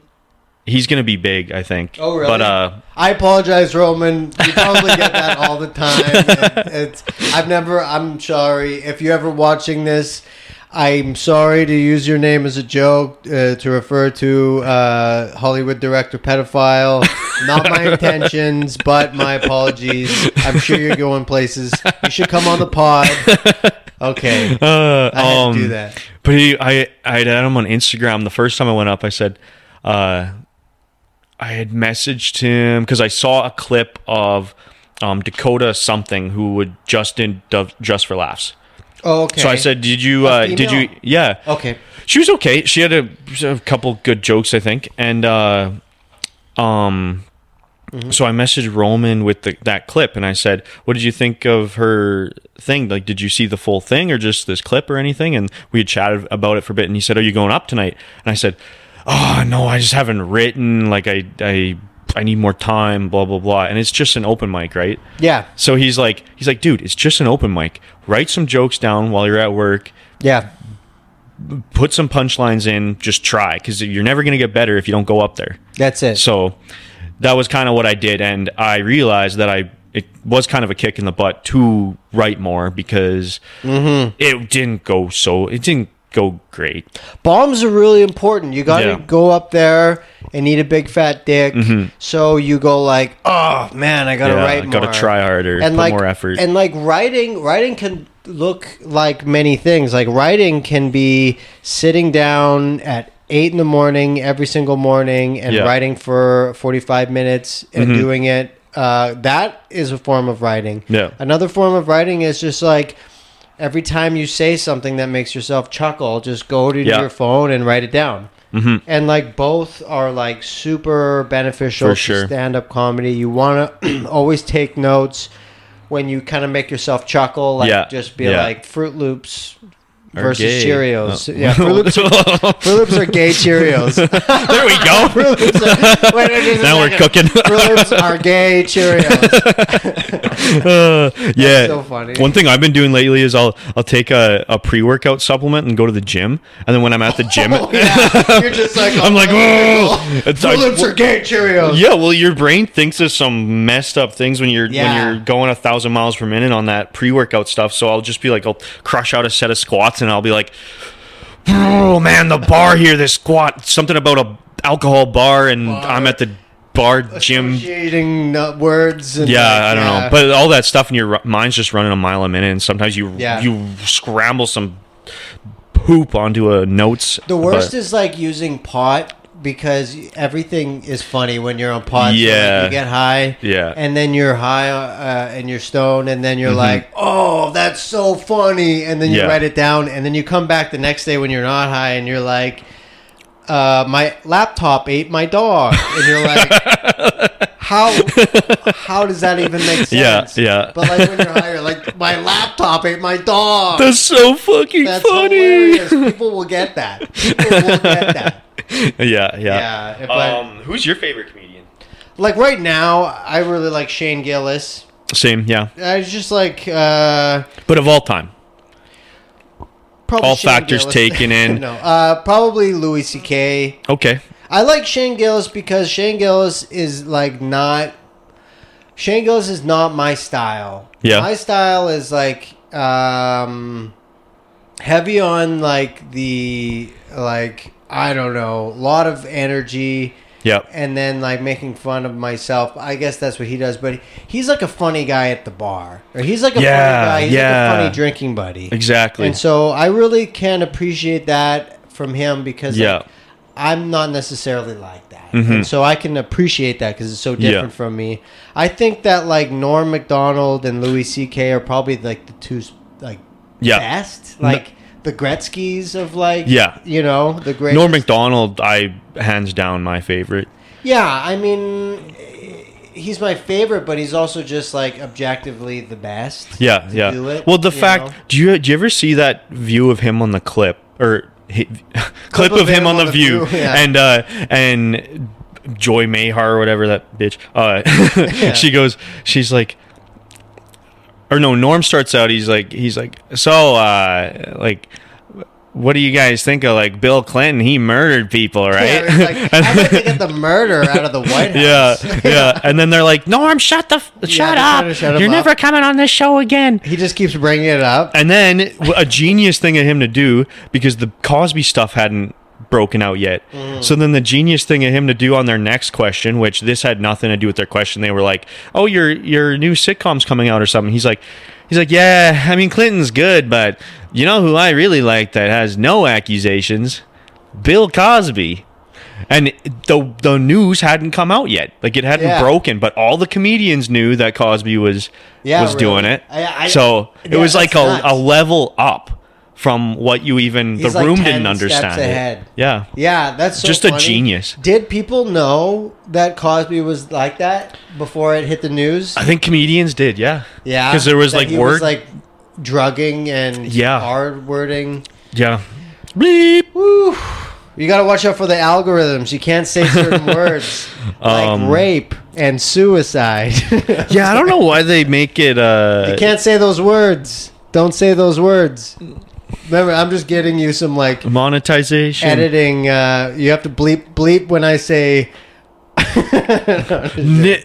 Speaker 2: he's gonna be big, I think.
Speaker 1: Oh, really?
Speaker 2: But uh,
Speaker 1: I apologize, Roman. You probably get that all the time. It- it's, I've never. I'm sorry. If you're ever watching this, I'm sorry to use your name as a joke uh, to refer to uh, Hollywood director pedophile. Not my intentions, but my apologies. I'm sure you're going places. You should come on the pod. Okay,
Speaker 2: uh,
Speaker 1: I had
Speaker 2: um,
Speaker 1: to do that.
Speaker 2: But he, I, I had him on Instagram the first time I went up. I said, uh, I had messaged him because I saw a clip of um, Dakota something who would Justin Dove just for laughs.
Speaker 1: Oh, okay.
Speaker 2: So I said, did you,
Speaker 1: A
Speaker 2: uh, did
Speaker 1: female?
Speaker 2: you, yeah.
Speaker 1: okay.
Speaker 2: she was okay. She had a, a couple good jokes, I think, and uh, um, so I messaged Roman with the, that clip, and I said, "What did you think of her thing? Like, did you see the full thing or just this clip or anything?" And we had chatted about it for a bit, and he said, "Are you going up tonight?" And I said, "Oh no, I just haven't written. Like, I I I need more time. Blah blah blah." And it's just an open mic, right?
Speaker 1: Yeah.
Speaker 2: So he's like, he's like, dude, it's just an open mic. Write some jokes down while you're at work
Speaker 1: Yeah.
Speaker 2: put some punchlines in, just try because you're never going to get better if you don't go up there.
Speaker 1: That's it.
Speaker 2: So that was kind of what I did, and I realized that I it was kind of a kick in the butt to write more because
Speaker 1: Mm-hmm.
Speaker 2: it didn't go so it didn't go great.
Speaker 1: bombs are really important. You got to
Speaker 2: Yeah. Mm-hmm.
Speaker 1: go up there and eat a big fat dick. So you go like, oh man, I got to
Speaker 2: Yeah,
Speaker 1: write more.
Speaker 2: gotta try harder,
Speaker 1: and
Speaker 2: put
Speaker 1: like
Speaker 2: more effort.
Speaker 1: And like writing, writing can look like many things. Like writing can be sitting down at eight in the morning every single morning and
Speaker 2: Yeah. Mm-hmm.
Speaker 1: writing for forty five minutes and doing it. Uh, that is a form of writing.
Speaker 2: Yeah.
Speaker 1: Another form of writing is just like every time you say something that makes yourself chuckle, just go to
Speaker 2: Yeah.
Speaker 1: your phone and write it down. Mm-hmm. And like both are like super beneficial
Speaker 2: For sure.
Speaker 1: to stand up comedy. You want to always take notes when you kind of make yourself chuckle. Like
Speaker 2: Yeah.
Speaker 1: just be
Speaker 2: Yeah.
Speaker 1: like Fruit Loops
Speaker 2: Or
Speaker 1: versus
Speaker 2: gay.
Speaker 1: Cheerios.
Speaker 2: Oh.
Speaker 1: Yeah, Fruit Loops, Fruit Loops are gay Cheerios.
Speaker 2: there we go.
Speaker 1: Fruit Loops are, wait, wait, just a
Speaker 2: now we're
Speaker 1: second.
Speaker 2: cooking.
Speaker 1: Fruit Loops are gay Cheerios.
Speaker 2: Uh, yeah.
Speaker 1: so funny.
Speaker 2: One thing I've been doing lately is I'll I'll take a, a pre workout supplement and go to the gym, and then when I'm at the gym,
Speaker 1: Oh, yeah. You're just like
Speaker 2: I'm like, oh, it's
Speaker 1: Fruit
Speaker 2: like,
Speaker 1: Loops are gay Cheerios.
Speaker 2: Yeah, well, your brain thinks of some messed up things when you're
Speaker 1: Yeah.
Speaker 2: when you're going a thousand miles per minute on that pre workout stuff. So I'll just be like, I'll crush out a set of squats, and I'll be like, "Oh man, the bar here, this squat, something about a alcohol bar, and I'm at the bar gym."
Speaker 1: Associating uh, words. And
Speaker 2: um, Yeah,
Speaker 1: like,
Speaker 2: I don't
Speaker 1: yeah.
Speaker 2: know, but all that stuff in your ru- mind's just running a mile a minute, and sometimes you
Speaker 1: Yeah.
Speaker 2: you scramble some poop onto a notes.
Speaker 1: the worst
Speaker 2: but-
Speaker 1: is like using pot because everything is funny when you're on pot. So, like,
Speaker 2: Yeah.
Speaker 1: you get high.
Speaker 2: Yeah.
Speaker 1: and then you're high uh, and you're stoned, and then you're like, "Oh, that's so funny," and then you
Speaker 2: Mm-hmm. Yeah.
Speaker 1: write it down, and then you come back the next day when you're not high, and you're like. Uh, my laptop ate my dog, and you're like, how how does that even make
Speaker 2: Yeah,
Speaker 1: sense?
Speaker 2: yeah.
Speaker 1: But like when you're high, you're like, my laptop ate my dog.
Speaker 2: that's so fucking
Speaker 1: That's
Speaker 2: funny.
Speaker 1: hilarious. People will get that. People will get that.
Speaker 2: yeah, yeah.
Speaker 1: Yeah. if I-
Speaker 2: Um, who's your favorite comedian?
Speaker 1: like right now, I really like Shane Gillis.
Speaker 2: Same, yeah.
Speaker 1: I was just like uh,
Speaker 2: But of all time,
Speaker 1: probably
Speaker 2: All
Speaker 1: Shane
Speaker 2: factors
Speaker 1: Gillis.
Speaker 2: taken in.
Speaker 1: no, uh, probably Louis C.K.
Speaker 2: okay.
Speaker 1: I like Shane Gillis because Shane Gillis is like not Shane Gillis is not my style.
Speaker 2: Yeah.
Speaker 1: My style is like um heavy on like the like I don't know, a lot of energy
Speaker 2: Yep.
Speaker 1: and then like making fun of myself. I guess that's what he does, but he's like a funny guy at the bar. Or he's like a
Speaker 2: Yeah,
Speaker 1: funny guy, he's
Speaker 2: yeah.
Speaker 1: like a funny drinking buddy.
Speaker 2: Exactly.
Speaker 1: And so I really can appreciate that from him because like,
Speaker 2: Yeah. Mm-hmm.
Speaker 1: I'm not necessarily like that. And so I can appreciate that because it's so different
Speaker 2: Yeah.
Speaker 1: from me. I think that like Norm MacDonald and Louis C.K. are probably like the two like
Speaker 2: Yeah.
Speaker 1: best. Like the Gretzky's of like,
Speaker 2: Yeah.
Speaker 1: you know, the great.
Speaker 2: Norm McDonald, I hands down my favorite.
Speaker 1: Yeah, I mean, he's my favorite, but he's also just like objectively the best.
Speaker 2: Yeah,
Speaker 1: to
Speaker 2: yeah.
Speaker 1: do it,
Speaker 2: well, the
Speaker 1: you
Speaker 2: fact
Speaker 1: know?
Speaker 2: do you do you ever see that view of him on the clip or hi, clip of him on the, view,
Speaker 1: yeah.
Speaker 2: and uh and Joy Mahar or whatever that bitch. Uh, she goes, she's like. Or no, Norm starts out. He's like, he's like, so, uh, like, what do you guys think of like Bill Clinton? He murdered people, right?
Speaker 1: Yeah, it's like,
Speaker 2: And
Speaker 1: I'd like to get the murder out of the White
Speaker 2: yeah,
Speaker 1: House.
Speaker 2: yeah. And then they're like, Norm, shut the, f- shut
Speaker 1: they're trying to
Speaker 2: up.
Speaker 1: shut him
Speaker 2: You're
Speaker 1: up.
Speaker 2: never coming on this show again.
Speaker 1: He just keeps bringing it up.
Speaker 2: And then w- a genius thing of him to do because the Cosby stuff hadn't broken out yet. So then the genius thing of him to do on their next question, which this had nothing to do with their question, they were like, "Oh, your your new sitcom's coming out or something." He's like, he's like, "Yeah, I mean Clinton's good, but you know who I really like that has no accusations, Bill Cosby." And the the news hadn't come out yet, like it hadn't
Speaker 1: Yeah.
Speaker 2: broken, but all the comedians knew that Cosby was
Speaker 1: Yeah,
Speaker 2: was
Speaker 1: really.
Speaker 2: doing it.
Speaker 1: I- I-
Speaker 2: so it
Speaker 1: yeah,
Speaker 2: was like
Speaker 1: that's
Speaker 2: a,
Speaker 1: nuts.
Speaker 2: a level up from what you even
Speaker 1: He's
Speaker 2: the
Speaker 1: like
Speaker 2: room
Speaker 1: 10
Speaker 2: didn't
Speaker 1: steps
Speaker 2: understand. it.
Speaker 1: ahead.
Speaker 2: Yeah.
Speaker 1: Yeah, that's so
Speaker 2: Just a
Speaker 1: funny.
Speaker 2: genius.
Speaker 1: Did people know that Cosby was like that before it hit the news?
Speaker 2: I think comedians did, yeah.
Speaker 1: Yeah,
Speaker 2: Because there was
Speaker 1: that
Speaker 2: like
Speaker 1: he
Speaker 2: word
Speaker 1: like drugging and
Speaker 2: Yeah.
Speaker 1: hard wording.
Speaker 2: Yeah. Bleep.
Speaker 1: Woo. You got to watch out for the algorithms. You can't say certain words like
Speaker 2: Um,
Speaker 1: rape and suicide. you
Speaker 2: Yeah, I don't know why they make it uh
Speaker 1: can't say those words. Don't say those words. Remember, I'm just getting you some like
Speaker 2: monetization.
Speaker 1: editing. Uh, you have to bleep bleep when I say.
Speaker 2: Ni-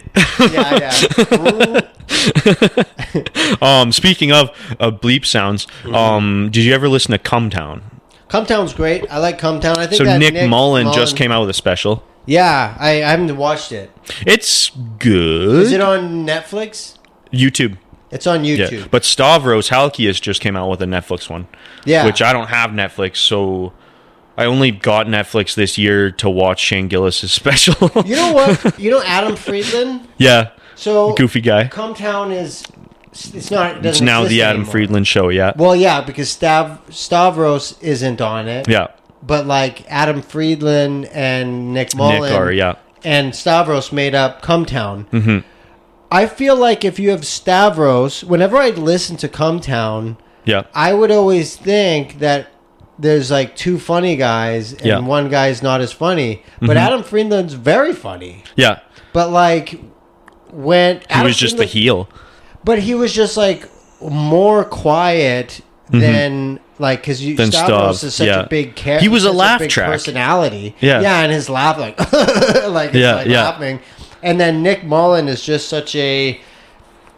Speaker 1: yeah, yeah.
Speaker 2: um speaking of uh, bleep sounds,
Speaker 1: Mm-hmm.
Speaker 2: um did you ever listen to Cumtown?
Speaker 1: Cumtown's great. I like Cumtown. I think
Speaker 2: So
Speaker 1: that
Speaker 2: Nick, Mullen, just came out with a special.
Speaker 1: Yeah, I, I haven't watched it.
Speaker 2: It's good.
Speaker 1: Is it on Netflix?
Speaker 2: YouTube.
Speaker 1: It's on
Speaker 2: Yeah,
Speaker 1: YouTube.
Speaker 2: but Stavros Halkias just came out with a Netflix one.
Speaker 1: Yeah.
Speaker 2: which I don't have Netflix, so I only got Netflix this year to watch Shane Gillis' special.
Speaker 1: You know what? you know Adam Friedland.
Speaker 2: yeah,
Speaker 1: So
Speaker 2: goofy guy.
Speaker 1: Cometown is it's not. It doesn't
Speaker 2: It's now
Speaker 1: exist
Speaker 2: the Adam
Speaker 1: anymore.
Speaker 2: Friedland show. Yeah,
Speaker 1: Well, yeah, because Stav- Stavros isn't on it.
Speaker 2: yeah,
Speaker 1: But like Adam Friedland and Nick Mullen
Speaker 2: Nick or yeah,
Speaker 1: and Stavros made up Cumtown. Mm-hmm. I feel like if you have Stavros, whenever I listen to Cumtown,
Speaker 2: yeah,
Speaker 1: I would always think that there's like two funny guys and
Speaker 2: Yeah. Mm-hmm.
Speaker 1: one guy's not as funny. But Adam Friedland's very funny.
Speaker 2: yeah.
Speaker 1: But like when
Speaker 2: He was just the
Speaker 1: heat,
Speaker 2: heel.
Speaker 1: but he was just like more quiet than like because you
Speaker 2: Mm-hmm. Than
Speaker 1: Stavros
Speaker 2: Stav,
Speaker 1: is such
Speaker 2: yeah.
Speaker 1: a big character.
Speaker 2: He was a laugh track.
Speaker 1: personality.
Speaker 2: Yeah.
Speaker 1: yeah, and his laugh like like it's
Speaker 2: Yeah,
Speaker 1: like
Speaker 2: yeah.
Speaker 1: happening. And then Nick Mullen is just such a.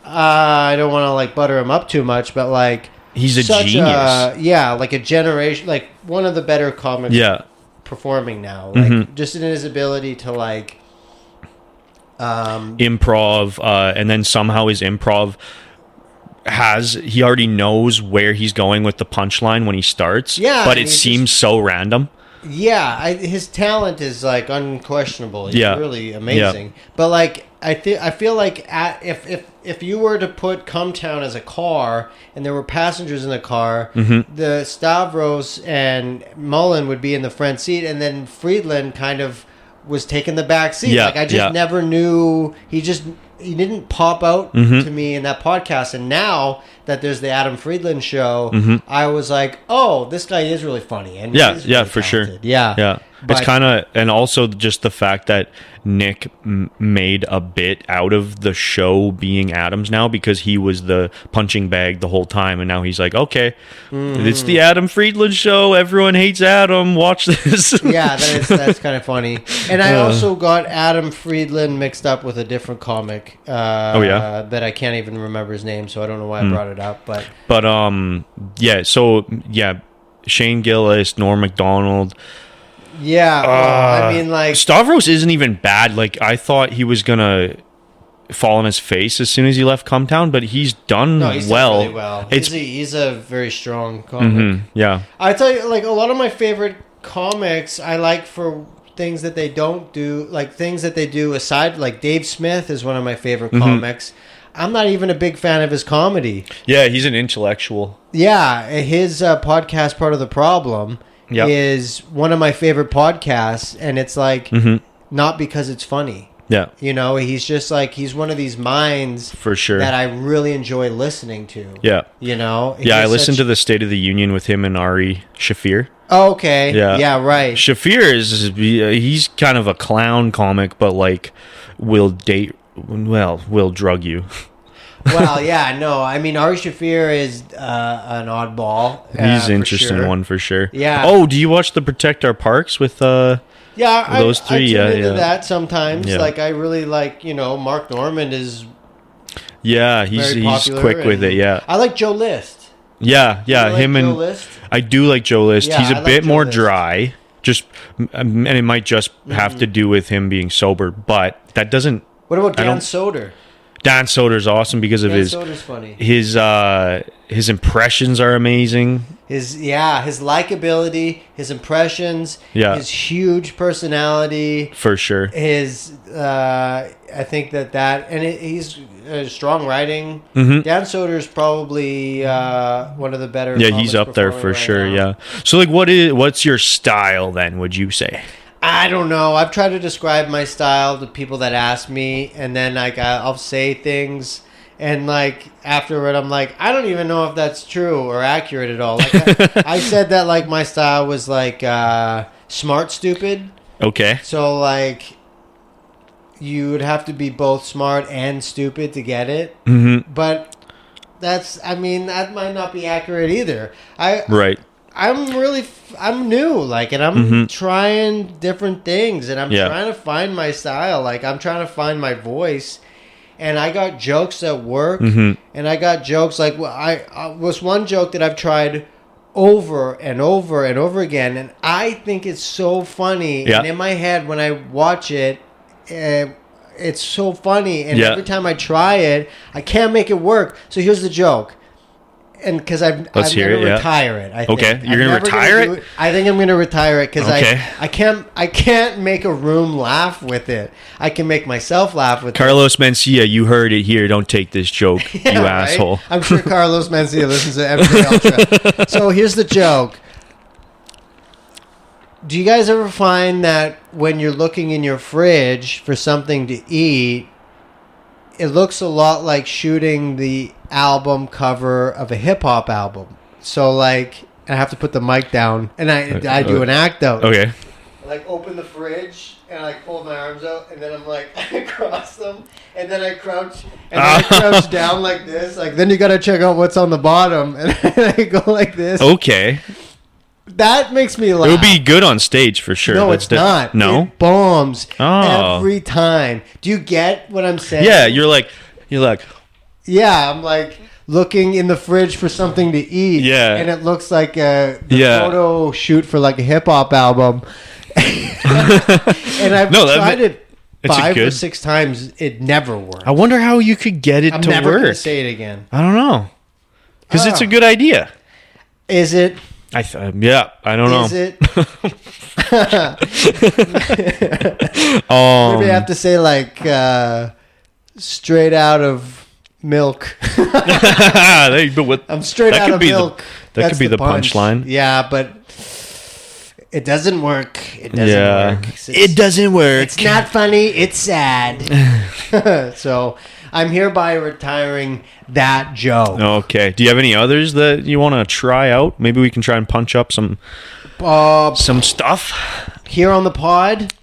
Speaker 1: Uh, I don't want to like butter him up too much, but like
Speaker 2: He's a
Speaker 1: such
Speaker 2: genius.
Speaker 1: yeah, like a generation, like one of the better comics
Speaker 2: Yeah, Mm-hmm.
Speaker 1: performing now. Like just in his ability to like
Speaker 2: improv, uh, and then somehow his improv has he already knows where he's going with the punchline when he starts.
Speaker 1: Yeah,
Speaker 2: but
Speaker 1: and
Speaker 2: it
Speaker 1: he
Speaker 2: seems so random.
Speaker 1: Yeah, I, his talent is like unquestionable. He's
Speaker 2: Yeah.
Speaker 1: really amazing. But like, I think I feel like at, if if if you were to put Cumtown as a car and there were passengers in the car,
Speaker 2: Mm-hmm.
Speaker 1: the Stavros and Mullen would be in the front seat, and then Friedland kind of was taking the back seat.
Speaker 2: Yeah,
Speaker 1: like I just
Speaker 2: yeah.
Speaker 1: never knew. He just he didn't pop out
Speaker 2: Mm-hmm.
Speaker 1: to me in that podcast, and now. That there's the Adam Friedland show.
Speaker 2: Mm-hmm.
Speaker 1: I was like, oh, this guy is really funny, and he
Speaker 2: Yeah,
Speaker 1: is
Speaker 2: yeah,
Speaker 1: really
Speaker 2: for sure.
Speaker 1: talented. Yeah,
Speaker 2: Yeah.
Speaker 1: But-
Speaker 2: it's kind of, and also just the fact that Nick m- made a bit out of the show being Adams now because he was the punching bag the whole time. And now he's like, okay,
Speaker 1: Mm-hmm.
Speaker 2: it's the Adam Friedland show. Everyone hates Adam. Watch this.
Speaker 1: yeah, that is, that's kind of funny. And I also got Adam Friedland mixed up with a different comic. Uh,
Speaker 2: Oh, yeah? Hmm.
Speaker 1: that I can't even remember his name, so I don't know why I brought it up. But
Speaker 2: But um, yeah. So yeah, Shane Gillis, Norm Macdonald,
Speaker 1: yeah, well,
Speaker 2: Uh,
Speaker 1: I mean, like,
Speaker 2: Stavros isn't even bad. Like I thought he was gonna fall on his face as soon as he left Cumtown, but he's done
Speaker 1: no, he's done
Speaker 2: well.
Speaker 1: really well.
Speaker 2: It's
Speaker 1: he's, a, he's a very strong comic.
Speaker 2: Mm, yeah,
Speaker 1: I tell you, like a lot of my favorite comics, I like for things that they don't do, like things that they do aside. Like Dave Smith is one of my favorite
Speaker 2: Mm-hmm.
Speaker 1: comics. I'm not even a big fan of his comedy.
Speaker 2: yeah. He's an intellectual.
Speaker 1: Yeah, his uh, podcast, Part of the Problem,
Speaker 2: Yeah. Mm-hmm.
Speaker 1: is one of my favorite podcasts, and it's like not because it's funny.
Speaker 2: Yeah.
Speaker 1: You know, he's just like he's one of these minds
Speaker 2: For sure.
Speaker 1: that I really enjoy listening to.
Speaker 2: Yeah.
Speaker 1: You know.
Speaker 2: Yeah, I listened to the State of the Union with him and Ari Shafir.
Speaker 1: Oh, okay.
Speaker 2: Yeah.
Speaker 1: Yeah. Yeah. Right.
Speaker 2: Shafir is he's kind of a clown comic, but like will date well, will drug you.
Speaker 1: well, yeah. No, I mean Ari Shafir is uh, an oddball. uh,
Speaker 2: He's
Speaker 1: for
Speaker 2: an interesting
Speaker 1: sure.
Speaker 2: one for sure.
Speaker 1: Yeah.
Speaker 2: Oh, do you watch the Protect Our Parks with uh
Speaker 1: Yeah, I,
Speaker 2: Those
Speaker 1: I
Speaker 2: three,
Speaker 1: tune
Speaker 2: yeah,
Speaker 1: into
Speaker 2: yeah.
Speaker 1: that sometimes.
Speaker 2: Yeah.
Speaker 1: Like I really like, you know, Mark Norman is
Speaker 2: Yeah, he's
Speaker 1: very
Speaker 2: he's
Speaker 1: popular.
Speaker 2: quick with
Speaker 1: and
Speaker 2: it, yeah.
Speaker 1: I like Joe List.
Speaker 2: Yeah, yeah,
Speaker 1: You like
Speaker 2: him
Speaker 1: Joe
Speaker 2: and
Speaker 1: List.
Speaker 2: I do like Joe List.
Speaker 1: Yeah,
Speaker 2: He's a
Speaker 1: I like
Speaker 2: bit
Speaker 1: Joe
Speaker 2: more
Speaker 1: List.
Speaker 2: dry. Just um, and it might just have
Speaker 1: Mm-hmm.
Speaker 2: to do with him being sober, but that doesn't
Speaker 1: What about
Speaker 2: I
Speaker 1: Dan
Speaker 2: don't-
Speaker 1: Soder?
Speaker 2: Dan Soder's awesome because of
Speaker 1: Dan
Speaker 2: his
Speaker 1: Soder's funny.
Speaker 2: his uh his impressions are amazing.
Speaker 1: His yeah, his likability, his impressions,
Speaker 2: Yeah.
Speaker 1: his huge personality,
Speaker 2: For sure.
Speaker 1: his uh, I think that that and it, he's uh, strong writing.
Speaker 2: Mm-hmm.
Speaker 1: Dan Soder's probably uh, one of the better.
Speaker 2: Yeah,
Speaker 1: comics
Speaker 2: he's up there
Speaker 1: performing
Speaker 2: for
Speaker 1: right
Speaker 2: sure.
Speaker 1: now.
Speaker 2: Yeah. So like, what is what's your style then? Would you say?
Speaker 1: I don't know. I've tried to describe my style to people that ask me, and then like I- I'll say things, and like afterward, I'm like, I don't even know if that's true or accurate at all. Like I, I said that like my style was like uh, smart, stupid.
Speaker 2: Okay.
Speaker 1: So like, you would have to be both smart and stupid to get it.
Speaker 2: Mm.
Speaker 1: Mm-hmm. But that's, I mean, that might not be accurate either. I
Speaker 2: Right.
Speaker 1: I'm really f- I'm new, like, and I'm trying different things, and I'm
Speaker 2: Mm-hmm. Yeah.
Speaker 1: trying to find my style. Like, I'm trying to find my voice, and I got jokes at work,
Speaker 2: Mm-hmm.
Speaker 1: and I got jokes like well, I uh, was one joke that I've tried over and over and over again, and I think it's so funny.
Speaker 2: Yeah.
Speaker 1: And in my head, when I watch it, uh, it's so funny, and
Speaker 2: Yeah.
Speaker 1: every time I try it, I can't make it work. So here's the joke. And because I've,
Speaker 2: Let's
Speaker 1: I'm
Speaker 2: hear
Speaker 1: gonna
Speaker 2: it, yeah.
Speaker 1: retire it, I
Speaker 2: Okay,
Speaker 1: think.
Speaker 2: you're
Speaker 1: I'm
Speaker 2: gonna
Speaker 1: never
Speaker 2: retire
Speaker 1: do
Speaker 2: it?
Speaker 1: I think I'm gonna retire it because
Speaker 2: Okay.
Speaker 1: I I can't I can't make a room laugh with it. I can make myself laugh with it.
Speaker 2: Carlos Mencia, you heard it here. Don't take this joke, you
Speaker 1: Yeah, right?
Speaker 2: asshole.
Speaker 1: I'm sure Carlos Mencia listens to every ultra. So here's the joke. Do you guys ever find that when you're looking in your fridge for something to eat, it looks a lot like shooting the album cover of a hip hop album? So like, I have to put the mic down, and
Speaker 2: Uh,
Speaker 1: I I do an act out.
Speaker 2: Okay.
Speaker 1: I, like open the fridge and I fold my arms out and then I'm like I cross them and then I crouch and then I
Speaker 2: Ah.
Speaker 1: crouch down like this. Like then you gotta check out what's on the bottom and then I go like this.
Speaker 2: Okay.
Speaker 1: That makes me laugh.
Speaker 2: Oh. It would be good on stage for sure.
Speaker 1: no,
Speaker 2: That's
Speaker 1: it's
Speaker 2: def-
Speaker 1: not.
Speaker 2: No.
Speaker 1: it bombs
Speaker 2: Oh.
Speaker 1: every time. Do you get what I'm saying?
Speaker 2: yeah, you're like, you're like,
Speaker 1: yeah. I'm like looking in the fridge for something to eat.
Speaker 2: Yeah.
Speaker 1: and it looks like a the
Speaker 2: Yeah.
Speaker 1: photo shoot for like a hip hop album. and I've
Speaker 2: No, that
Speaker 1: tried
Speaker 2: ma-
Speaker 1: it
Speaker 2: it's a
Speaker 1: five or
Speaker 2: good.
Speaker 1: six times. It never worked.
Speaker 2: I wonder how you could get it
Speaker 1: I'm
Speaker 2: to
Speaker 1: never gonna
Speaker 2: work.
Speaker 1: say it again.
Speaker 2: I don't know, because it's
Speaker 1: Ah.
Speaker 2: a good idea.
Speaker 1: Is it?
Speaker 2: I th- yeah, I don't know.
Speaker 1: Is it?
Speaker 2: Um,
Speaker 1: Maybe I have to say like uh, straight out of milk.
Speaker 2: They- but what-
Speaker 1: I'm straight
Speaker 2: That
Speaker 1: out
Speaker 2: could
Speaker 1: of
Speaker 2: be the-
Speaker 1: milk.
Speaker 2: that
Speaker 1: That's
Speaker 2: could be the
Speaker 1: punch.
Speaker 2: punchline.
Speaker 1: Yeah, but it doesn't work. It doesn't
Speaker 2: yeah,
Speaker 1: work. It's-
Speaker 2: it doesn't work.
Speaker 1: It's not funny. It's sad. so I'm hereby retiring that joke.
Speaker 2: Okay. Do you have any others that you want to try out? Maybe we can try and punch up some
Speaker 1: Uh,
Speaker 2: some stuff.
Speaker 1: here on the pod.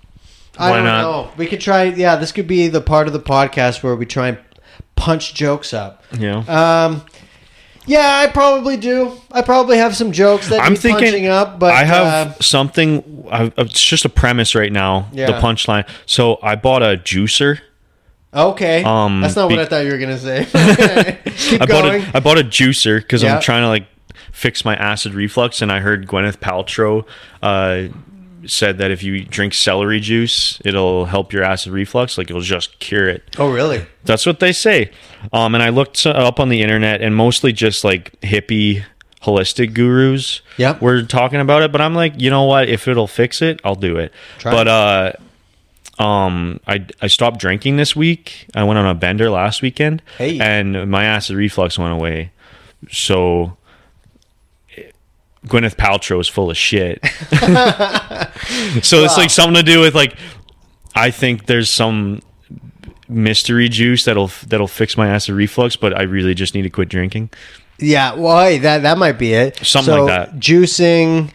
Speaker 1: I
Speaker 2: Why
Speaker 1: don't
Speaker 2: not?
Speaker 1: know. We could try. Yeah, this could be the part of the podcast where we try and punch jokes up.
Speaker 2: You know,
Speaker 1: Um, yeah, I probably do. I probably have some jokes that
Speaker 2: I'm
Speaker 1: need
Speaker 2: thinking
Speaker 1: punching up, but
Speaker 2: I
Speaker 1: uh,
Speaker 2: have something. I, uh, it's just a premise right now. The
Speaker 1: Yeah.
Speaker 2: punchline. So I bought a juicer.
Speaker 1: uh, okay.
Speaker 2: um,
Speaker 1: That's not
Speaker 2: be-
Speaker 1: what I thought you were gonna say. Keep
Speaker 2: I bought
Speaker 1: going.
Speaker 2: a, I bought a juicer because
Speaker 1: Yeah.
Speaker 2: I'm trying to like fix my acid reflux, and I heard Gwyneth Paltrow. Uh, said that if you drink celery juice it'll help your acid reflux like it'll just cure it
Speaker 1: oh, really?
Speaker 2: That's what they say. Um, and I looked up on the internet, and mostly just like hippie holistic gurus
Speaker 1: Yep.
Speaker 2: were talking about it. But I'm like, you know what? If it'll fix it, I'll do it.
Speaker 1: Try
Speaker 2: but uh, um, I I stopped drinking this week. I went on a bender last weekend,
Speaker 1: Hey.
Speaker 2: and my acid reflux went away. So. Gwyneth Paltrow is full of shit. so it's like something to do with like I think there's some mystery juice that'll that'll fix my acid reflux, but I really just need to quit drinking.
Speaker 1: Yeah, well, hey, that that might be it.
Speaker 2: Something
Speaker 1: So,
Speaker 2: like that.
Speaker 1: Juicing,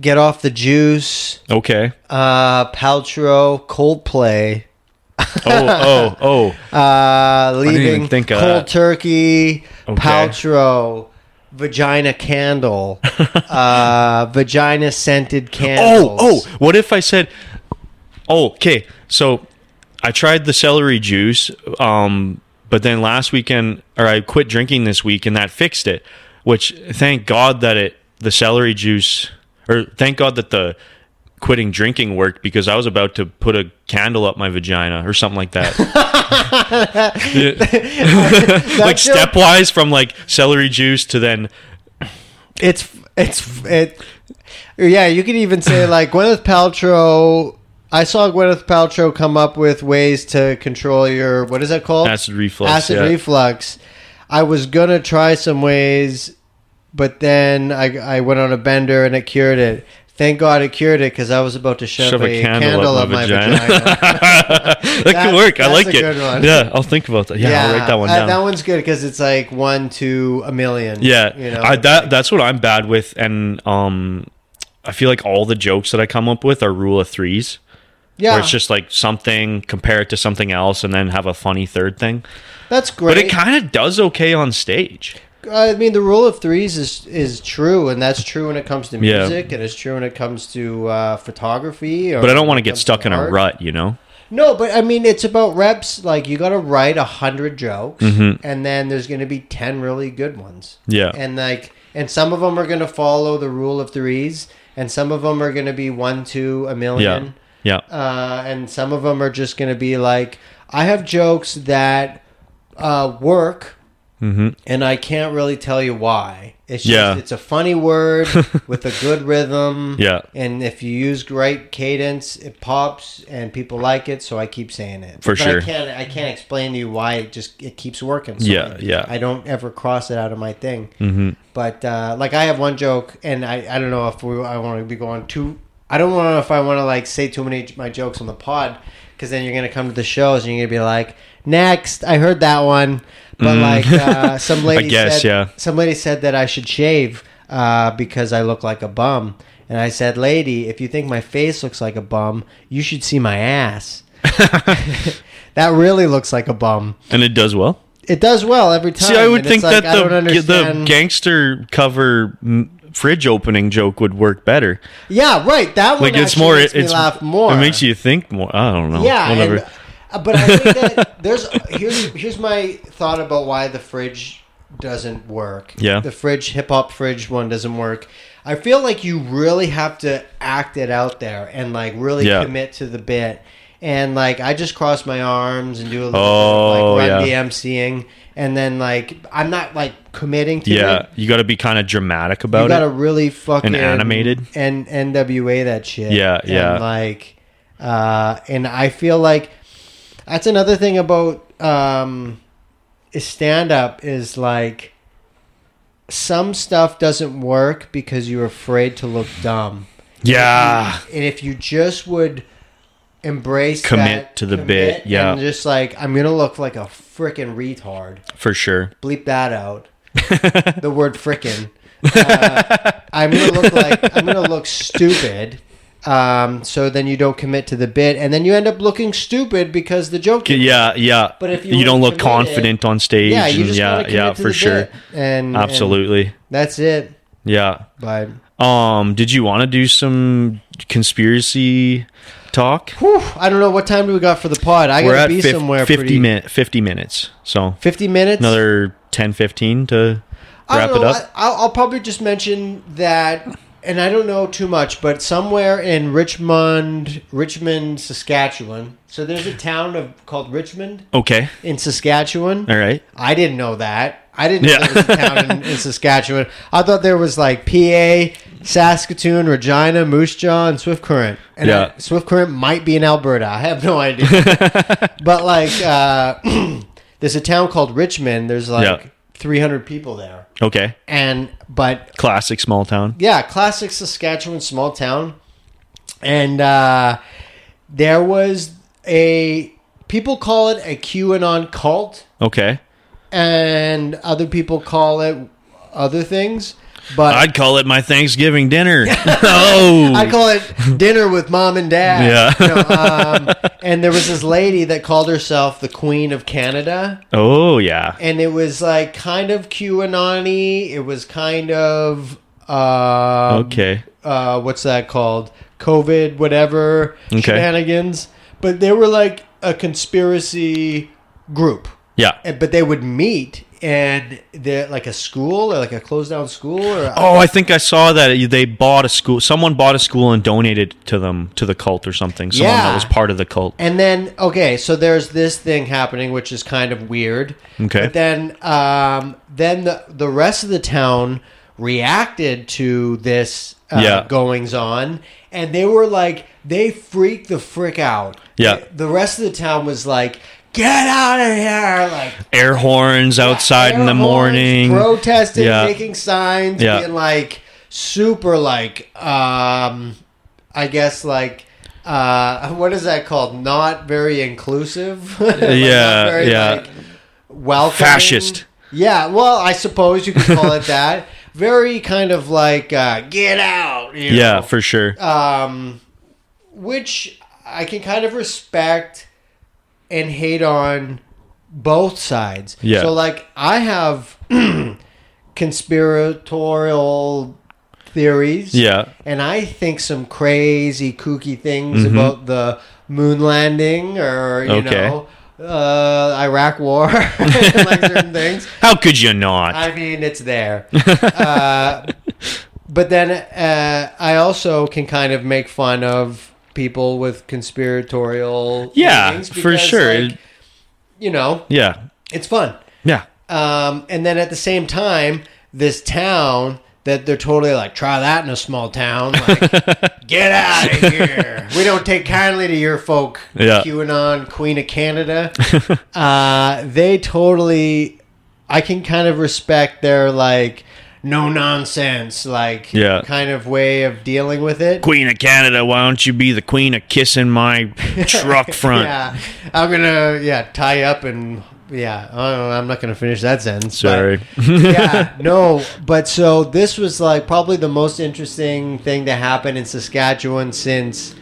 Speaker 1: get off the juice.
Speaker 2: Okay.
Speaker 1: Uh, Paltrow, Coldplay,
Speaker 2: Oh, oh, oh.
Speaker 1: uh, leaving
Speaker 2: even think of
Speaker 1: cold
Speaker 2: that.
Speaker 1: turkey,
Speaker 2: Okay.
Speaker 1: Paltrow, vagina candle, uh, vagina scented
Speaker 2: Oh,
Speaker 1: candles.
Speaker 2: oh. What if I said Oh, okay. So I tried the celery juice um but then last weekend or I quit drinking this week and that fixed it, which thank God that it the celery juice or thank God that the quitting drinking worked because I was about to put a candle up my vagina or something like that. like
Speaker 1: your-
Speaker 2: stepwise from like celery juice to then
Speaker 1: It's it's it. Yeah, you could even say like Gwyneth Paltrow. I saw Gwyneth Paltrow come up with ways to control your what is that called?
Speaker 2: acid reflux.
Speaker 1: acid
Speaker 2: yeah.
Speaker 1: reflux. I was gonna try some ways, but then I, I went on a bender and it cured it. Thank God it cured it because I was about to shove,
Speaker 2: Shove
Speaker 1: a, candle, up, my vagina.
Speaker 2: that
Speaker 1: That-
Speaker 2: could work. I
Speaker 1: that's
Speaker 2: like
Speaker 1: a
Speaker 2: it.
Speaker 1: good one.
Speaker 2: Yeah, I'll think about that. Yeah, I'll write that one
Speaker 1: uh,
Speaker 2: down.
Speaker 1: that one's good because it's like one to a million.
Speaker 2: yeah,
Speaker 1: you know.
Speaker 2: I, that that's what I'm bad with, and um, I feel like all the jokes that I come up with are rule of threes,
Speaker 1: yeah,
Speaker 2: where it's just like something compare it to something else, and then have a funny third thing.
Speaker 1: that's
Speaker 2: But
Speaker 1: great.
Speaker 2: it kind of does okay on stage.
Speaker 1: I mean, the rule of threes is is true, and that's true when it comes to
Speaker 2: Yeah.
Speaker 1: music, and it's true when it comes to uh, photography. Or
Speaker 2: But I don't want to
Speaker 1: when it
Speaker 2: get
Speaker 1: comes
Speaker 2: stuck in a
Speaker 1: art.
Speaker 2: rut, you know.
Speaker 1: No, but I mean, it's about reps. Like you got to write a hundred jokes, and then there's going to be ten really good ones.
Speaker 2: Mm-hmm. Yeah.
Speaker 1: and like, and some of them are going to follow the rule of threes, and some of them are going to be one to a
Speaker 2: Yeah,
Speaker 1: million,
Speaker 2: yeah.
Speaker 1: uh, and some of them are just going to be like, I have jokes that uh, work, and I can't really tell you why. It's just,
Speaker 2: Mm-hmm. Yeah.
Speaker 1: it's a funny word with a good rhythm.
Speaker 2: Yeah.
Speaker 1: And if you use great cadence, it pops and people like it, so I keep saying it.
Speaker 2: For
Speaker 1: but
Speaker 2: sure.
Speaker 1: I can't I can't explain to you why it just it keeps working. So
Speaker 2: Yeah,
Speaker 1: I,
Speaker 2: yeah.
Speaker 1: I don't ever cross it out of my thing. Mm-hmm. But uh, like I have one joke and I, I don't know if we I want to be going too I don't know if I want to like say too many of my jokes on the pod because then you're gonna come to the shows and you're gonna be like, next, I heard that one, but like uh, some lady
Speaker 2: Mm. guess,
Speaker 1: said,
Speaker 2: yeah.
Speaker 1: some lady said that I should shave uh, because I look like a bum. And I said, lady, if you think my face looks like a bum, you should see my ass. that really looks like a bum.
Speaker 2: And it does well.
Speaker 1: It does well every time.
Speaker 2: See, I would
Speaker 1: and it's
Speaker 2: think
Speaker 1: like, I
Speaker 2: that
Speaker 1: don't
Speaker 2: the g- the
Speaker 1: understand-
Speaker 2: gangster cover mm, fridge opening joke would work better.
Speaker 1: yeah, right. That one
Speaker 2: Like it's
Speaker 1: actually
Speaker 2: more.
Speaker 1: makes
Speaker 2: it's
Speaker 1: me laugh more.
Speaker 2: It makes you think more. I don't know.
Speaker 1: Yeah,
Speaker 2: whatever.
Speaker 1: and- uh, but I think that there's here's here's my thought about why the fridge doesn't work.
Speaker 2: Yeah.
Speaker 1: the fridge hip hop fridge one doesn't work. I feel like you really have to act it out there and like really
Speaker 2: Yeah.
Speaker 1: commit to the bit. And like I just cross my arms and do a little
Speaker 2: Oh,
Speaker 1: bit of like
Speaker 2: yeah.
Speaker 1: run DMCing, and then like I'm not like committing to
Speaker 2: yeah,
Speaker 1: it.
Speaker 2: you got to be kind of dramatic about
Speaker 1: You gotta
Speaker 2: it.
Speaker 1: really fucking
Speaker 2: animated?
Speaker 1: and NWA that shit.
Speaker 2: Yeah,
Speaker 1: And,
Speaker 2: yeah.
Speaker 1: like, uh, and I feel like that's another thing about um, stand up is like some stuff doesn't work because you're afraid to look dumb.
Speaker 2: Yeah,
Speaker 1: And if you just would embrace
Speaker 2: Commit
Speaker 1: that-
Speaker 2: to the
Speaker 1: commit
Speaker 2: bit, yeah.
Speaker 1: and just like I'm gonna look like a freaking retard
Speaker 2: for sure.
Speaker 1: bleep that out. the word frickin'. Uh, I'm gonna look like I'm gonna look stupid. Um, so then you don't commit to the bit, and then you end up looking stupid because the joke.
Speaker 2: Yeah, yeah.
Speaker 1: But if you
Speaker 2: you, don't
Speaker 1: would've
Speaker 2: look
Speaker 1: committed-
Speaker 2: confident on stage,
Speaker 1: yeah, you
Speaker 2: and
Speaker 1: just
Speaker 2: yeah,
Speaker 1: gotta commit
Speaker 2: yeah,
Speaker 1: to
Speaker 2: for
Speaker 1: the
Speaker 2: sure,
Speaker 1: bit. and and
Speaker 2: absolutely,
Speaker 1: that's it.
Speaker 2: yeah.
Speaker 1: But
Speaker 2: Um, did you want to do some conspiracy talk?
Speaker 1: whew, I don't know what time do we got for the pod. I
Speaker 2: We're
Speaker 1: gotta
Speaker 2: at
Speaker 1: be
Speaker 2: fif-
Speaker 1: somewhere.
Speaker 2: 50
Speaker 1: pretty,
Speaker 2: minute 50 minutes. So,
Speaker 1: Fifty minutes.
Speaker 2: another 10 15 to
Speaker 1: I
Speaker 2: wrap
Speaker 1: don't
Speaker 2: it
Speaker 1: know.
Speaker 2: up.
Speaker 1: I, I'll, I'll probably just mention that, and I don't know too much, but somewhere in Richmond, Richmond, Saskatchewan. So there's a town of called Richmond
Speaker 2: okay.
Speaker 1: in Saskatchewan.
Speaker 2: All right.
Speaker 1: I didn't know that. I didn't
Speaker 2: Yeah.
Speaker 1: know there was a town in, in Saskatchewan. I thought there was like PA, Saskatoon, Regina, Moose Jaw, and Swift Current. And
Speaker 2: Yeah.
Speaker 1: I- Swift Current might be in Alberta. I have no idea. but like, uh, there's a town called Richmond. There's like
Speaker 2: Yeah.
Speaker 1: 300 people there.
Speaker 2: Okay.
Speaker 1: And, but
Speaker 2: Classic small town.
Speaker 1: yeah, classic Saskatchewan small town. And uh, there was a PA people call it a QAnon cult,
Speaker 2: Okay.
Speaker 1: and other people call it other things. But
Speaker 2: I'd call it my Thanksgiving dinner. oh.
Speaker 1: I call it dinner with mom and dad.
Speaker 2: Yeah.
Speaker 1: You know, um, and there was this lady that called herself the Queen of Canada,
Speaker 2: oh, yeah.
Speaker 1: and it was like kind of QAnon-y. It was kind of uh,
Speaker 2: Okay.
Speaker 1: uh, what's that called? COVID, whatever
Speaker 2: Okay.
Speaker 1: shenanigans. But they were like a conspiracy group,
Speaker 2: Yeah.
Speaker 1: And- but they would meet and they're like a school or like a closed down school or
Speaker 2: Oh, I think I saw that they bought a school. Someone bought a school and donated to them to the cult or something. Someone
Speaker 1: Yeah.
Speaker 2: that was part of the cult.
Speaker 1: And then okay, so there's this thing happening, which is kind of weird.
Speaker 2: Okay.
Speaker 1: But then, um, then the the rest of the town reacted to this uh,
Speaker 2: Yeah.
Speaker 1: goings on, and they were like, they freaked the frick out.
Speaker 2: Yeah.
Speaker 1: The rest of the town was like, get out of here! Like
Speaker 2: Air horns outside in
Speaker 1: air
Speaker 2: the
Speaker 1: horns,
Speaker 2: morning.
Speaker 1: protesting,
Speaker 2: Yeah.
Speaker 1: making signs,
Speaker 2: Yeah.
Speaker 1: being like super, like um, I guess like. Uh, what is that called? Not very inclusive. Like, not
Speaker 2: Yeah, yeah.
Speaker 1: welcoming.
Speaker 2: Fascist.
Speaker 1: Yeah, well, I suppose you could call it that. Very kind of like uh, get out. you
Speaker 2: yeah,
Speaker 1: know?
Speaker 2: for sure.
Speaker 1: um, which I can kind of respect and hate on both sides.
Speaker 2: Yeah.
Speaker 1: So like I have conspiratorial theories.
Speaker 2: Yeah.
Speaker 1: And I think some crazy kooky things about the moon landing or you
Speaker 2: Mm-hmm. Okay.
Speaker 1: know uh, Iraq war like certain things.
Speaker 2: How could you not?
Speaker 1: I mean, it's there. uh, but then uh, I also can kind of make fun of people with conspiratorial
Speaker 2: yeah,
Speaker 1: leanings
Speaker 2: for
Speaker 1: because,
Speaker 2: sure.
Speaker 1: like, you know,
Speaker 2: yeah.
Speaker 1: it's fun.
Speaker 2: Yeah.
Speaker 1: Um, and then at the same time, this town that they're totally like, try that in a small town. Like, get out of here. We don't take kindly to your folk,
Speaker 2: Yeah.
Speaker 1: QAnon, Queen of Canada. uh, they totally, I can kind of respect their like, no nonsense, like
Speaker 2: Yeah.
Speaker 1: kind of way of dealing with it.
Speaker 2: Queen of Canada, why don't you be the queen of kissing my truck front?
Speaker 1: Yeah, I'm gonna yeah tie up and yeah. I don't know, I'm not gonna finish that sentence. but-
Speaker 2: Sorry.
Speaker 1: yeah, no, but so this was like probably the most interesting thing to happen in Saskatchewan since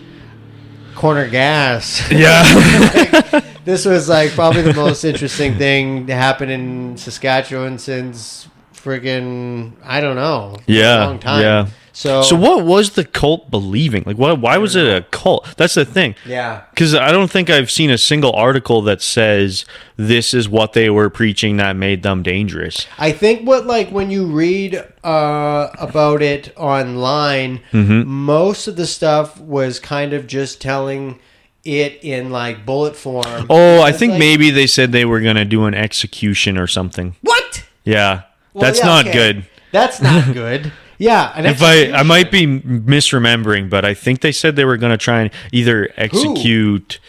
Speaker 1: corner gas.
Speaker 2: yeah.
Speaker 1: this was like probably the most interesting thing to happen in Saskatchewan since friggin' I don't know,
Speaker 2: Yeah,
Speaker 1: a long time.
Speaker 2: yeah.
Speaker 1: So,
Speaker 2: So what was the cult believing? Like what why was it a cult? That's the thing.
Speaker 1: yeah,
Speaker 2: Cuz I don't think I've seen a single article that says this is what they were preaching that made them dangerous.
Speaker 1: I think what like when you read uh, about it online,
Speaker 2: Mm-hmm.
Speaker 1: most of the stuff was kind of just telling it in like bullet form.
Speaker 2: Oh, I think
Speaker 1: like-
Speaker 2: maybe they said they were going to do an execution or something.
Speaker 1: What?
Speaker 2: Yeah.
Speaker 1: Well,
Speaker 2: that's
Speaker 1: yeah,
Speaker 2: not
Speaker 1: okay.
Speaker 2: good.
Speaker 1: That's not good. yeah, and
Speaker 2: If I I might be misremembering, but I think they said they were going to try and either execute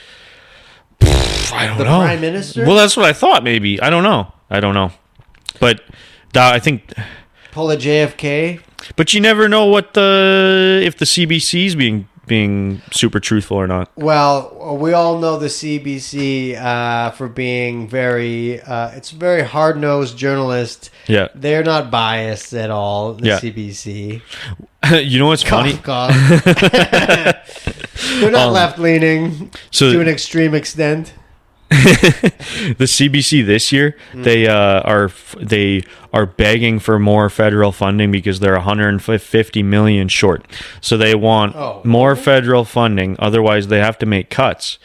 Speaker 2: Pff, I don't
Speaker 1: The
Speaker 2: know.
Speaker 1: prime minister?
Speaker 2: Well, that's what I thought maybe. I don't know. I don't know. But that, I think
Speaker 1: pull a JFK.
Speaker 2: But you never know what the if the CBC's being being super truthful or not.
Speaker 1: Well, we all know the CBC uh, for being very. Uh, it's a very hard nosed journalist.
Speaker 2: Yeah.
Speaker 1: They're not biased at all. The
Speaker 2: Yeah.
Speaker 1: CBC.
Speaker 2: you know what's funny?
Speaker 1: Cough, cough. They're not left leaning
Speaker 2: Um, so-
Speaker 1: to an extreme extent.
Speaker 2: The CBC this year they uh, are f- they are begging for more federal funding because they're 150 million short. So they want
Speaker 1: Oh.
Speaker 2: more federal funding, otherwise they have to make cuts.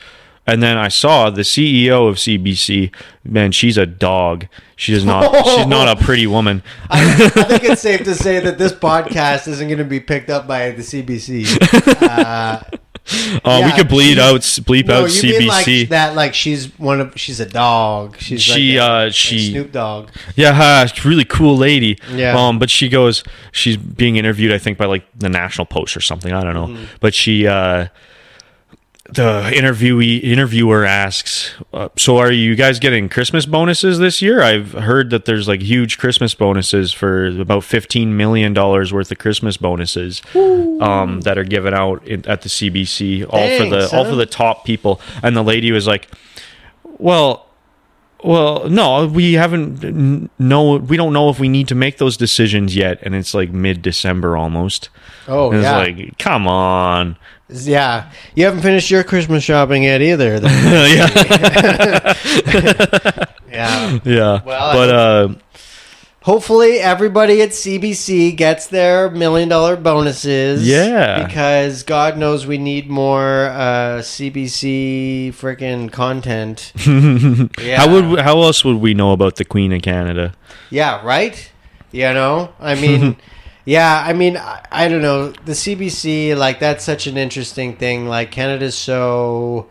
Speaker 2: And then I saw the CEO of CBC. Man, she's a dog. She is not. she's not a pretty woman.
Speaker 1: I, I think it's safe to say that this podcast isn't going to be picked up by the CBC.
Speaker 2: Uh, we
Speaker 1: Yeah,
Speaker 2: could bleed out, bleep
Speaker 1: No,
Speaker 2: out
Speaker 1: you
Speaker 2: CBC.
Speaker 1: mean like that? Like she's one of she's a dog. She's
Speaker 2: She,
Speaker 1: like a-
Speaker 2: uh,
Speaker 1: like
Speaker 2: she-
Speaker 1: Snoop Dogg.
Speaker 2: Yeah, ha, she's a really cool lady.
Speaker 1: Yeah.
Speaker 2: Um, but she goes, she's being interviewed, I think, by like the National Post or something. I don't know. But she, uh, the interviewee interviewer asks, uh, "So are you guys getting Christmas bonuses this year? I've heard that there's like huge Christmas bonuses for about fifteen million dollars worth of Christmas bonuses um, that are given out in, at the CBC, all for
Speaker 1: Thanks,
Speaker 2: the all
Speaker 1: huh?
Speaker 2: for the top people." And the lady was like. Well, well, no, we haven't. n- No, we don't know if we need to make those decisions yet, and it's like mid-December almost.
Speaker 1: Oh,
Speaker 2: And it's
Speaker 1: yeah.
Speaker 2: like, come on.
Speaker 1: yeah. You haven't finished your Christmas shopping yet either. Then.
Speaker 2: yeah,
Speaker 1: yeah.
Speaker 2: yeah.
Speaker 1: Well, I
Speaker 2: but uh,
Speaker 1: Hopefully, everybody at CBC gets their million dollar bonuses.
Speaker 2: Yeah.
Speaker 1: Because God knows we need more uh, CBC freaking content. yeah.
Speaker 2: how would we, how else would we know about the Queen of Canada?
Speaker 1: Yeah, right? You know? I mean, yeah, I mean, I, I don't know. The CBC, like, that's such an interesting thing. Like, Canada's so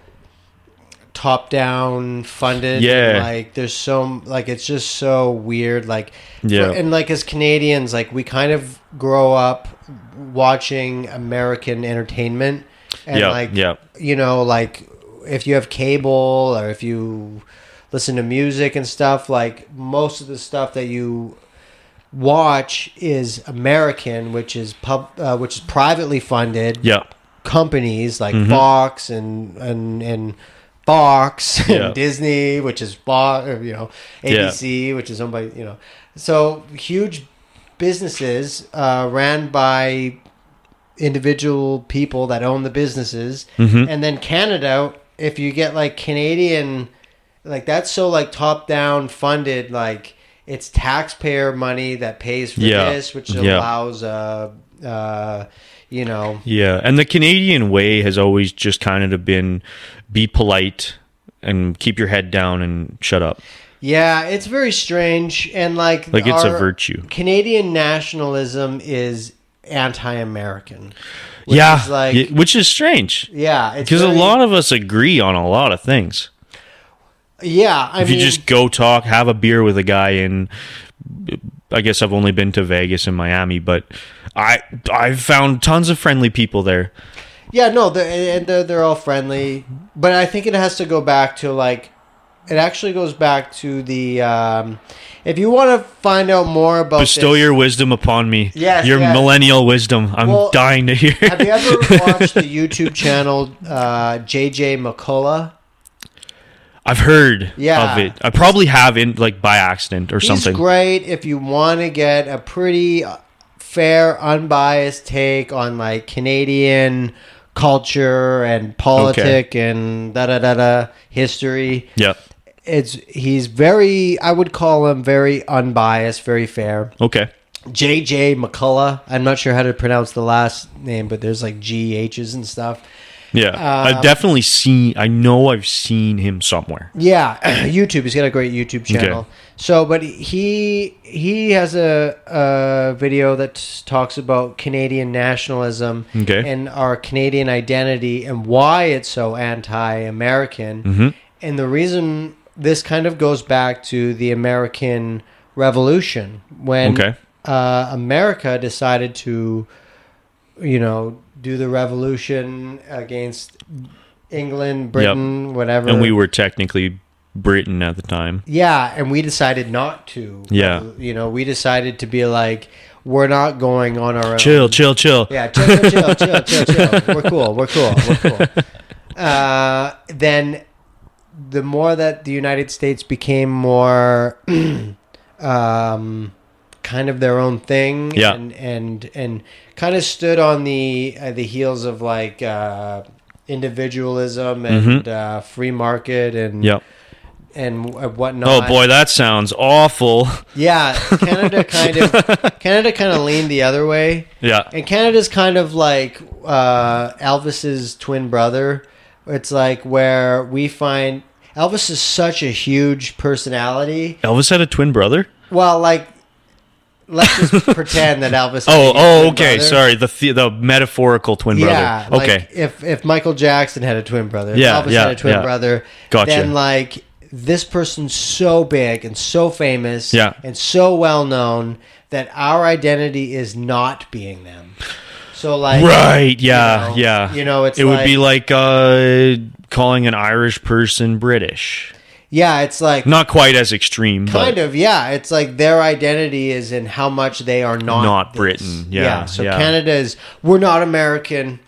Speaker 1: top down funded.
Speaker 2: Yeah.
Speaker 1: Like, there's so, like, it's just so weird. Like, for-
Speaker 2: Yeah.
Speaker 1: and, like, as Canadians, like, we kind of grow up watching American entertainment. And,
Speaker 2: Yeah,
Speaker 1: like,
Speaker 2: yeah.
Speaker 1: you know, like if you have cable or if you listen to music and stuff, like most of the stuff that you watch is American, which is pub, uh, which is privately funded
Speaker 2: Yeah,
Speaker 1: companies like
Speaker 2: Mm-hmm.
Speaker 1: Fox and and and Fox and
Speaker 2: Yeah.
Speaker 1: Disney, which is Fox, or, you know,
Speaker 2: Yeah.
Speaker 1: ABC, which is owned by you know, so huge businesses uh, ran by individual people that own the businesses,
Speaker 2: Mm-hmm.
Speaker 1: and then Canada, if you get like Canadian, like that's so like top down funded, like it's taxpayer money that pays for
Speaker 2: Yeah.
Speaker 1: this, which
Speaker 2: Yeah.
Speaker 1: allows uh uh you know
Speaker 2: yeah. And the Canadian way has always just kind of been be polite and keep your head down and shut up.
Speaker 1: Yeah, it's very strange and like
Speaker 2: Like it's a
Speaker 1: our
Speaker 2: virtue.
Speaker 1: Canadian nationalism is anti-American. which
Speaker 2: yeah,
Speaker 1: is like
Speaker 2: y- which is strange
Speaker 1: yeah, it's
Speaker 2: because a
Speaker 1: very-
Speaker 2: lot of us agree on a lot of things.
Speaker 1: yeah. I
Speaker 2: if
Speaker 1: mean,
Speaker 2: you just go talk, have a beer with a guy in I guess I've only been to Vegas and Miami, but I I've found tons of friendly people there.
Speaker 1: yeah, no, they're, and they're they're all friendly, but I think it has to go back to like it actually goes back to the um, if you want to find out more about
Speaker 2: Bestow
Speaker 1: this-
Speaker 2: your wisdom upon me.
Speaker 1: Yes,
Speaker 2: your
Speaker 1: yes.
Speaker 2: millennial wisdom. I'm
Speaker 1: Well,
Speaker 2: dying to hear.
Speaker 1: have you ever watched the YouTube channel uh, JJ McCullough?
Speaker 2: I've heard
Speaker 1: Yeah.
Speaker 2: of it. I probably have in like by accident or something.
Speaker 1: He's great if you want to get a pretty uh, fair, unbiased take on like Canadian culture and politic and da da da da history.
Speaker 2: yeah.
Speaker 1: It's he's very, I would call him very unbiased, very fair.
Speaker 2: Okay.
Speaker 1: JJ McCullough. I'm not sure how to pronounce the last name, but there's like GHs and stuff.
Speaker 2: Yeah.
Speaker 1: Uh,
Speaker 2: I've definitely seen I know I've seen him somewhere.
Speaker 1: Yeah, YouTube. He's got a great YouTube channel.
Speaker 2: Okay.
Speaker 1: So, but he he has a, a video that talks about Canadian nationalism
Speaker 2: Okay.
Speaker 1: and our Canadian identity and why it's so anti-American.
Speaker 2: Mm-hmm.
Speaker 1: And the reason this kind of goes back to the American Revolution when
Speaker 2: Okay.
Speaker 1: uh, America decided to, you know, do the revolution against England, Britain, whatever.
Speaker 2: And we were technically Britain at the time.
Speaker 1: Yeah, and we decided not to.
Speaker 2: Yeah.
Speaker 1: You know, we decided to be like, we're not going on our own.
Speaker 2: Chill, chill, chill.
Speaker 1: Yeah, chill, chill, chill, chill, chill, chill. We're cool, we're cool, we're cool. Uh, then the more that the United States became more um, kind of their own thing
Speaker 2: Yeah.
Speaker 1: and, and, and kind of stood on the, uh, the heels of like uh, individualism
Speaker 2: Mm-hmm.
Speaker 1: and uh, free market and,
Speaker 2: Yep.
Speaker 1: and wh- whatnot.
Speaker 2: Oh boy, that sounds awful.
Speaker 1: Yeah, Canada kind of Canada kind of leaned the other way,
Speaker 2: yeah.
Speaker 1: and Canada's kind of like uh, Elvis's twin brother. It's like where we find Elvis is such a huge personality.
Speaker 2: Elvis had a twin brother?
Speaker 1: Well, like let's just pretend that Elvis.
Speaker 2: Oh,
Speaker 1: had a
Speaker 2: oh,
Speaker 1: twin
Speaker 2: okay.
Speaker 1: brother.
Speaker 2: Sorry, the, the the metaphorical twin
Speaker 1: Yeah,
Speaker 2: brother. Okay,
Speaker 1: Like if if Michael Jackson had a twin brother, if
Speaker 2: Yeah,
Speaker 1: Elvis
Speaker 2: yeah,
Speaker 1: had a twin
Speaker 2: yeah.
Speaker 1: brother,
Speaker 2: Gotcha.
Speaker 1: then like this person's so big and so famous
Speaker 2: Yeah.
Speaker 1: and so well known that our identity is not being them. So like
Speaker 2: right?
Speaker 1: you
Speaker 2: Yeah,
Speaker 1: know,
Speaker 2: yeah.
Speaker 1: You know, it's
Speaker 2: it would be like uh, calling an Irish person British.
Speaker 1: Yeah, it's like
Speaker 2: Not quite as extreme,
Speaker 1: kind
Speaker 2: but
Speaker 1: of yeah. It's like their identity is in how much they are not
Speaker 2: Not
Speaker 1: this.
Speaker 2: Britain. Yeah,
Speaker 1: So
Speaker 2: yeah.
Speaker 1: Canada is we're not American.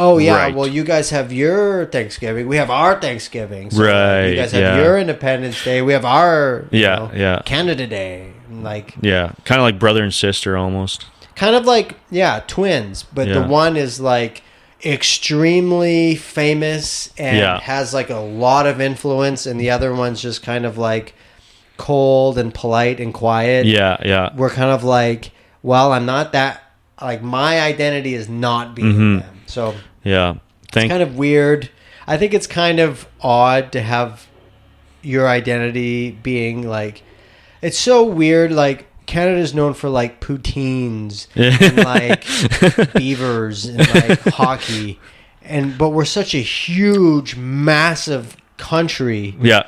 Speaker 1: Oh yeah.
Speaker 2: Right.
Speaker 1: Well, you guys have your Thanksgiving. We have our Thanksgiving. So
Speaker 2: Right,
Speaker 1: You guys have
Speaker 2: yeah.
Speaker 1: your Independence Day. We have our you
Speaker 2: Yeah,
Speaker 1: know,
Speaker 2: yeah.
Speaker 1: Canada Day. Like
Speaker 2: Yeah, kind of like brother and sister almost.
Speaker 1: kind of like yeah twins but the
Speaker 2: Yeah.
Speaker 1: one is like extremely famous and
Speaker 2: Yeah.
Speaker 1: has like a lot of influence and the other one's just kind of like cold and polite and quiet
Speaker 2: Yeah, yeah.
Speaker 1: we're kind of like well i'm not that like my identity is not being them so
Speaker 2: Yeah. Thank
Speaker 1: kind of weird i think it's kind of odd to have your identity being like it's so weird like canada's known for like poutines and like beavers and like hockey and but we're such a huge massive country
Speaker 2: Yeah.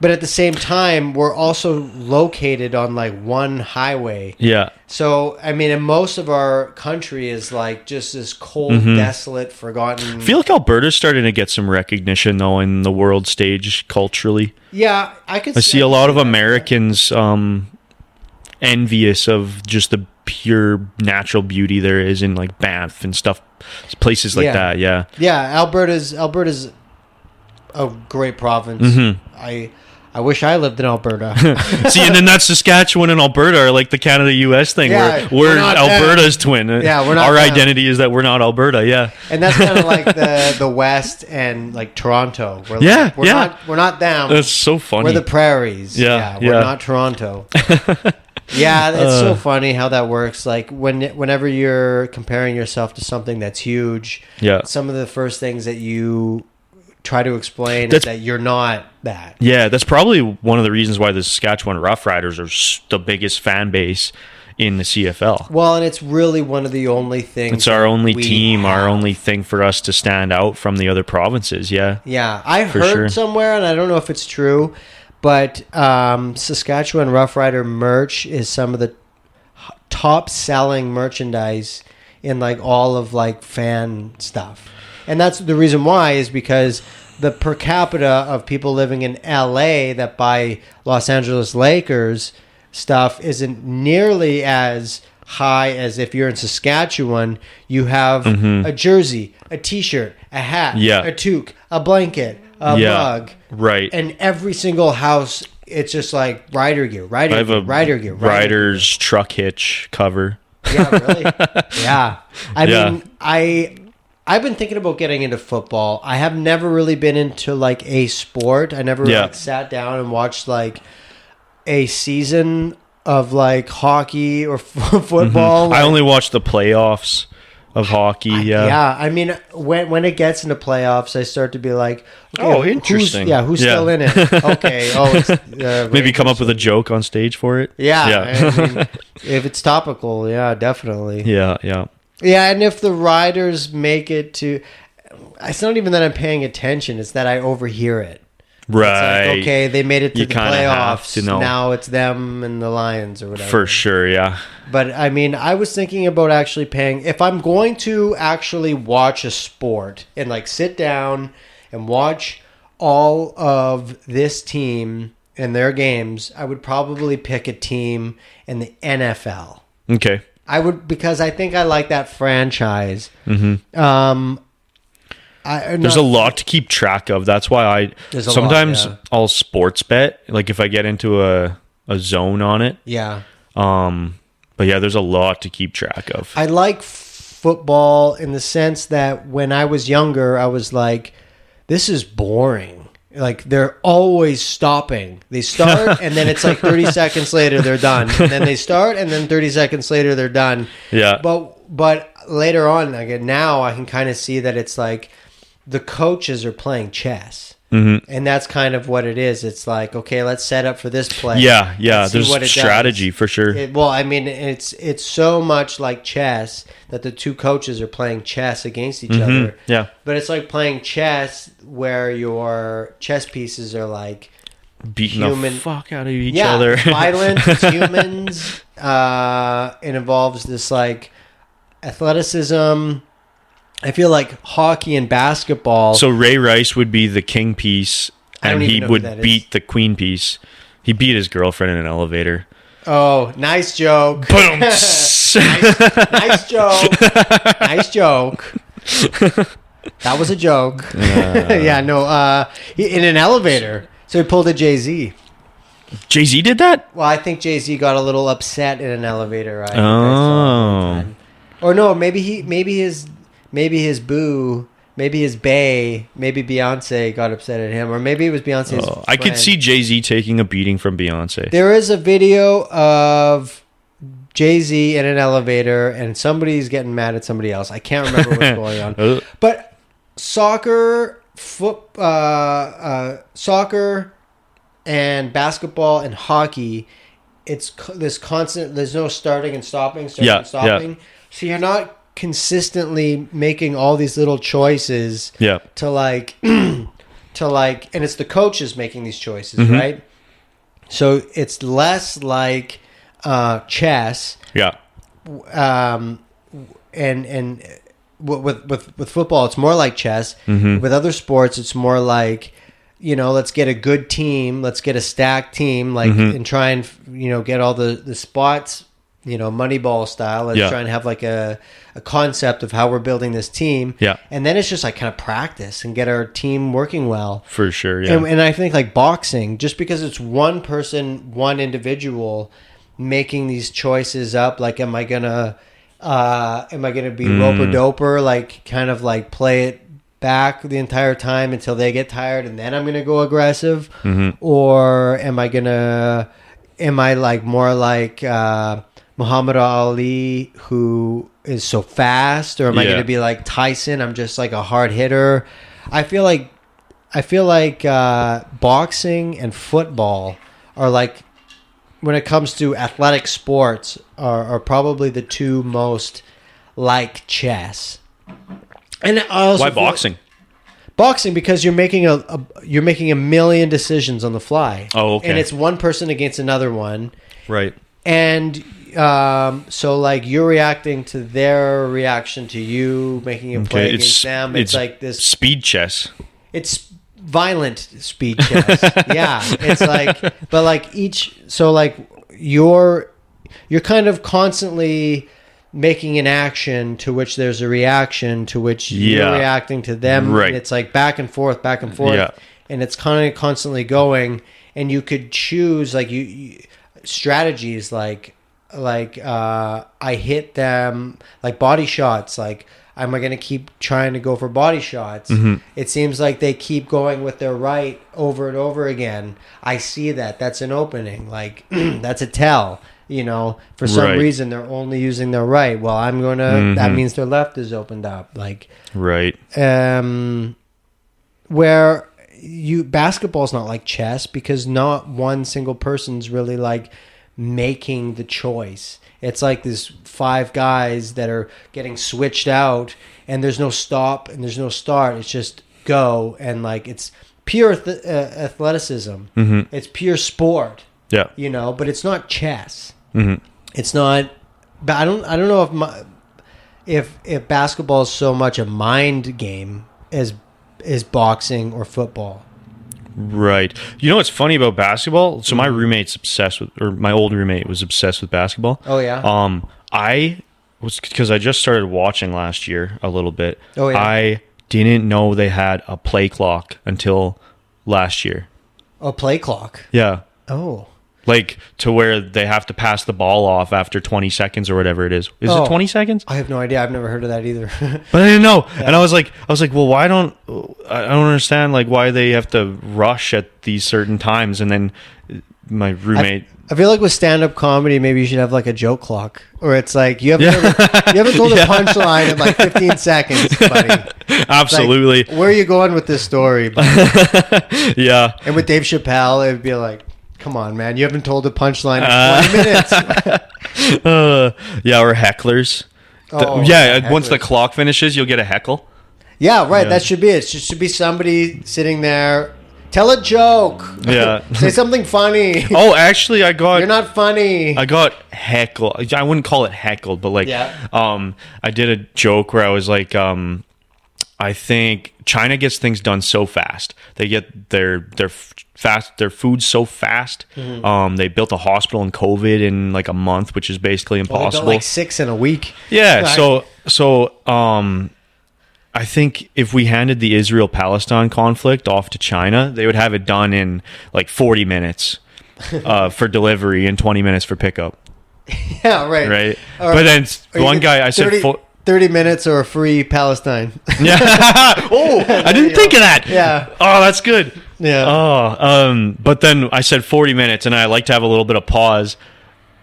Speaker 1: but at the same time we're also located on like one highway
Speaker 2: Yeah.
Speaker 1: so i mean and most of our country is like just this cold
Speaker 2: Mm-hmm.
Speaker 1: desolate forgotten
Speaker 2: I feel like Alberta's starting to get some recognition though in the world stage culturally.
Speaker 1: yeah i could
Speaker 2: I see a lot of Americans um envious of just the pure natural beauty there is in like Banff and stuff places like
Speaker 1: Yeah.
Speaker 2: that. Yeah.
Speaker 1: Yeah, Alberta's Alberta's a great province.
Speaker 2: Mm-hmm.
Speaker 1: I I wish I lived in Alberta.
Speaker 2: See, and then that Saskatchewan and Alberta are like the Canada US thing
Speaker 1: Yeah,
Speaker 2: where we're,
Speaker 1: we're not them.
Speaker 2: Alberta's twin.
Speaker 1: Yeah, we're not
Speaker 2: Our
Speaker 1: them.
Speaker 2: identity is that we're not Alberta, yeah.
Speaker 1: and that's kind of like the the West and like Toronto. We're like,
Speaker 2: Yeah,
Speaker 1: we're
Speaker 2: yeah.
Speaker 1: not we're not down.
Speaker 2: That's so funny.
Speaker 1: we're the prairies.
Speaker 2: Yeah,
Speaker 1: we're
Speaker 2: yeah. Uh.
Speaker 1: not Toronto. yeah, it's so funny how that works. Like when whenever you're comparing yourself to something that's huge,
Speaker 2: Yeah.
Speaker 1: some of the first things that you try to explain is
Speaker 2: That's-
Speaker 1: that you're not that.
Speaker 2: Yeah, that's probably one of the reasons why the Saskatchewan Roughriders are s- the biggest fan base in the CFL.
Speaker 1: Well, and it's really one of the only things.
Speaker 2: It's our only
Speaker 1: we
Speaker 2: team, our
Speaker 1: have.
Speaker 2: only thing for us to stand out from the other provinces. Yeah.
Speaker 1: Yeah, I heard
Speaker 2: sure.
Speaker 1: somewhere, and I don't know if it's true, but um, Saskatchewan Rough Rider merch is some of the top selling merchandise in like all of like fan stuff, and that's the reason why is because the per capita of people living in LA that buy Los Angeles Lakers stuff isn't nearly as high as if you're in Saskatchewan you have a jersey a t-shirt a hat
Speaker 2: Mm-hmm. Yeah.
Speaker 1: a toque a blanket a
Speaker 2: yeah.
Speaker 1: mug
Speaker 2: Right.
Speaker 1: and every single house it's just like rider gear rider
Speaker 2: I have
Speaker 1: gear,
Speaker 2: a
Speaker 1: rider gear gear.
Speaker 2: rider's truck hitch cover.
Speaker 1: Yeah, really. yeah. I
Speaker 2: Yeah.
Speaker 1: mean, I I've been thinking about getting into football. I have never really been into like a sport. I never
Speaker 2: Yeah.
Speaker 1: like sat down and watched like a season of like hockey or football.
Speaker 2: Mm-hmm. I only watch the playoffs of hockey. yeah.
Speaker 1: yeah, Oh, I mean, when when it gets into playoffs, I start to be like, okay,
Speaker 2: Oh,
Speaker 1: who's-
Speaker 2: interesting.
Speaker 1: yeah, who's
Speaker 2: Yeah.
Speaker 1: still in it? Okay, oh, it's, uh,
Speaker 2: Maybe come up with a joke on stage for it.
Speaker 1: yeah.
Speaker 2: Yeah.
Speaker 1: I mean, if it's topical, yeah, definitely.
Speaker 2: yeah. Yeah.
Speaker 1: Yeah, and if the riders make it to, it's not even that I'm paying attention. It's that I overhear it. It's
Speaker 2: Right.
Speaker 1: like, okay, they made it to
Speaker 2: You
Speaker 1: the
Speaker 2: kinda have
Speaker 1: playoffs.
Speaker 2: to know.
Speaker 1: Now it's them and the Lions or whatever.
Speaker 2: For sure. Yeah.
Speaker 1: But I mean, I was thinking about actually paying. If I'm going to actually watch a sport and like sit down and watch all of this team and their games, I would probably pick a team in the NFL.
Speaker 2: Okay.
Speaker 1: I would because I think I like that franchise. Mm-hmm. Um, I uh,
Speaker 2: There's a lot to keep track of. That's why I
Speaker 1: There's a lot,
Speaker 2: sometimes
Speaker 1: yeah.
Speaker 2: I'll sports bet. Like if I get into a, a zone on it.
Speaker 1: yeah.
Speaker 2: Um but yeah, there's a lot to keep track of.
Speaker 1: I like football in the sense that when I was younger, I was like, this is boring. Like they're always stopping. They start and then it's like 30 seconds later they're done. And then they start and then 30 seconds later they're done.
Speaker 2: Yeah.
Speaker 1: But but later on, like now I can kind of see that it's like the coaches are playing chess. Mm-hmm. And that's kind of what it is. It's like, okay, let's set up for this play.
Speaker 2: yeah, yeah.
Speaker 1: Let's see
Speaker 2: There's
Speaker 1: what it does.
Speaker 2: strategy for sure.
Speaker 1: It, well, I mean, it's it's so much like chess that the two coaches are playing chess against each other.
Speaker 2: Mm-hmm. yeah.
Speaker 1: But it's like playing chess where your chess pieces are like
Speaker 2: Beating
Speaker 1: human-
Speaker 2: the fuck out of each
Speaker 1: yeah,
Speaker 2: other.
Speaker 1: violence, it's humans. Uh, it involves this like athleticism. I feel like hockey and basketball.
Speaker 2: so Ray Rice would be the king piece
Speaker 1: I don't
Speaker 2: and
Speaker 1: even
Speaker 2: he
Speaker 1: know who
Speaker 2: would
Speaker 1: that is.
Speaker 2: beat the queen piece. He beat his girlfriend in an elevator.
Speaker 1: Oh, nice joke.
Speaker 2: Boom.
Speaker 1: nice, nice joke. Nice joke. That was a joke. yeah, no. Uh, in an elevator, so he pulled a Jay Z.
Speaker 2: Jay Z did that.
Speaker 1: Well, I think Jay Z got a little upset in an elevator. I think I saw it one
Speaker 2: Oh,
Speaker 1: time. Or no, maybe he, maybe his, maybe his boo, maybe his bay, maybe Beyonce got upset at him, or maybe it was Beyonce's.
Speaker 2: Oh, I could
Speaker 1: friend.
Speaker 2: see Jay Z taking a beating from Beyonce.
Speaker 1: There is a video of Jay Z in an elevator, and somebody's getting mad at somebody else. I can't remember what's going on.
Speaker 2: Uh,
Speaker 1: But soccer, foot, uh, uh, soccer, and basketball and hockey, it's co- this constant. There's no starting and stopping, starting
Speaker 2: Yeah,
Speaker 1: and stopping. So you're not consistently making all these little choices
Speaker 2: yeah.
Speaker 1: to like to like and it's the coaches making these choices right so it's less like uh chess
Speaker 2: Yeah.
Speaker 1: um and and w- with with with football it's more like chess
Speaker 2: Mm-hmm.
Speaker 1: with other sports it's more like you know let's get a good team let's get a stacked team like
Speaker 2: Mm-hmm.
Speaker 1: and try and you know get all the the spots you know moneyball style let's
Speaker 2: Yeah.
Speaker 1: try and have like a a concept of how we're building this team
Speaker 2: Yeah.
Speaker 1: and then it's just like kind of practice and get our team working well
Speaker 2: For sure. Yeah.
Speaker 1: and, and I think like boxing, just because it's one person, one individual making these choices up, like am I gonna, uh, am I gonna be roper doper, like kind of like play it back the entire time until they get tired, and then I'm gonna go aggressive, or am I gonna, am I like more like uh, Muhammad Ali who is so fast, or am I
Speaker 2: Yeah.
Speaker 1: gonna be like Tyson? I'm just like a hard hitter. I feel like I feel like uh, boxing and football are like, when it comes to athletic sports, are, are probably the two most like chess. And I also
Speaker 2: Why
Speaker 1: feel-
Speaker 2: boxing?
Speaker 1: Boxing because you're making a, a you're making a million decisions on the fly.
Speaker 2: Oh, okay.
Speaker 1: And it's one person against another one,
Speaker 2: Right.
Speaker 1: and um, so like you're reacting to their reaction to you, making a play against them. It's, like this
Speaker 2: speed chess.
Speaker 1: it's violent speed chess. yeah, it's like but like each so like you're you're kind of constantly making an action to which there's a reaction to which you're
Speaker 2: Yeah.
Speaker 1: reacting to them
Speaker 2: Right.
Speaker 1: and it's like back and forth back and forth
Speaker 2: Yeah.
Speaker 1: and it's kind of constantly going and you could choose like you, you strategies like like uh i hit them like body shots like am i gonna keep trying to go for body shots
Speaker 2: Mm-hmm.
Speaker 1: it seems like they keep going with their right over and over again i see that that's an opening like that's a tell you know for some
Speaker 2: Right. Mm-hmm.
Speaker 1: reason they're only using their right well i'm gonna that means their left is opened up like
Speaker 2: Right.
Speaker 1: um, where you basketball's not like chess because not one single person's really like making the choice. It's like these five guys that are getting switched out, and there's no stop and there's no start. It's just go and like it's pure th- uh, athleticism. It's pure sport
Speaker 2: Yeah.
Speaker 1: you know but it's not chess it's not but i don't i don't know if my, if if basketball is so much a mind game as as boxing or football
Speaker 2: Right. You know what's funny about basketball? So
Speaker 1: Mm-hmm.
Speaker 2: my roommate's obsessed with, or my old roommate was obsessed with basketball.
Speaker 1: Oh, yeah?
Speaker 2: Um, I was because I just started watching last year a little bit.
Speaker 1: Oh, yeah.
Speaker 2: I didn't know they had a play clock until last year.
Speaker 1: oh play clock
Speaker 2: Yeah.
Speaker 1: oh
Speaker 2: Like to where they have to pass the ball off after 20 seconds or whatever it is. Is
Speaker 1: Oh.
Speaker 2: it 20 seconds?
Speaker 1: i have no idea i've never heard of that either
Speaker 2: But I didn't know, and I was like, I was like, well, why don't I I don't understand like why they have to rush at these certain times, and then uh, my roommate,
Speaker 1: I feel like with stand-up comedy, maybe you should have like a joke clock, or it's like you haven't told, you haven't told a punchline in like 15 seconds, buddy. It's like,
Speaker 2: absolutely,
Speaker 1: where are you going with this story? buddy?
Speaker 2: yeah,
Speaker 1: And with Dave Chappelle, it'd be like, come on, man, you haven't told a punchline in 20 minutes.
Speaker 2: uh, yeah, or hecklers. The-
Speaker 1: Oh,
Speaker 2: yeah, uh,
Speaker 1: yeah,
Speaker 2: once the
Speaker 1: hecklers.
Speaker 2: clock finishes, you'll get a heckle.
Speaker 1: Yeah, right. That should be it. Should, should be somebody sitting there. Tell a joke.
Speaker 2: Yeah.
Speaker 1: Say something funny.
Speaker 2: Oh, actually, I got
Speaker 1: You're not funny.
Speaker 2: I got heckled. I wouldn't call it heckled, but like,
Speaker 1: Yeah.
Speaker 2: um, I did a joke where I was like, um, I think China gets things done so fast. They get their their f- fast their food so fast.
Speaker 1: Mm-hmm.
Speaker 2: Um, they built a hospital in COVID in like a month, which is basically
Speaker 1: Well, they built,
Speaker 2: impossible.
Speaker 1: like six in a week.
Speaker 2: yeah.
Speaker 1: Right.
Speaker 2: So so um, I think if we handed the Israel Palestine conflict off to China, they would have it done in like forty minutes uh, for delivery and twenty minutes for pickup.
Speaker 1: yeah, right,
Speaker 2: Right.
Speaker 1: Or-
Speaker 2: but then s-
Speaker 1: or you
Speaker 2: one
Speaker 1: could-
Speaker 2: guy I
Speaker 1: 30
Speaker 2: said. Fo-
Speaker 1: 30 minutes or a free Palestine.
Speaker 2: yeah. oh, I didn't think of that.
Speaker 1: Yeah.
Speaker 2: Oh, that's good.
Speaker 1: yeah.
Speaker 2: Oh, um, but then I said 40 minutes, and I like to have a little bit of pause.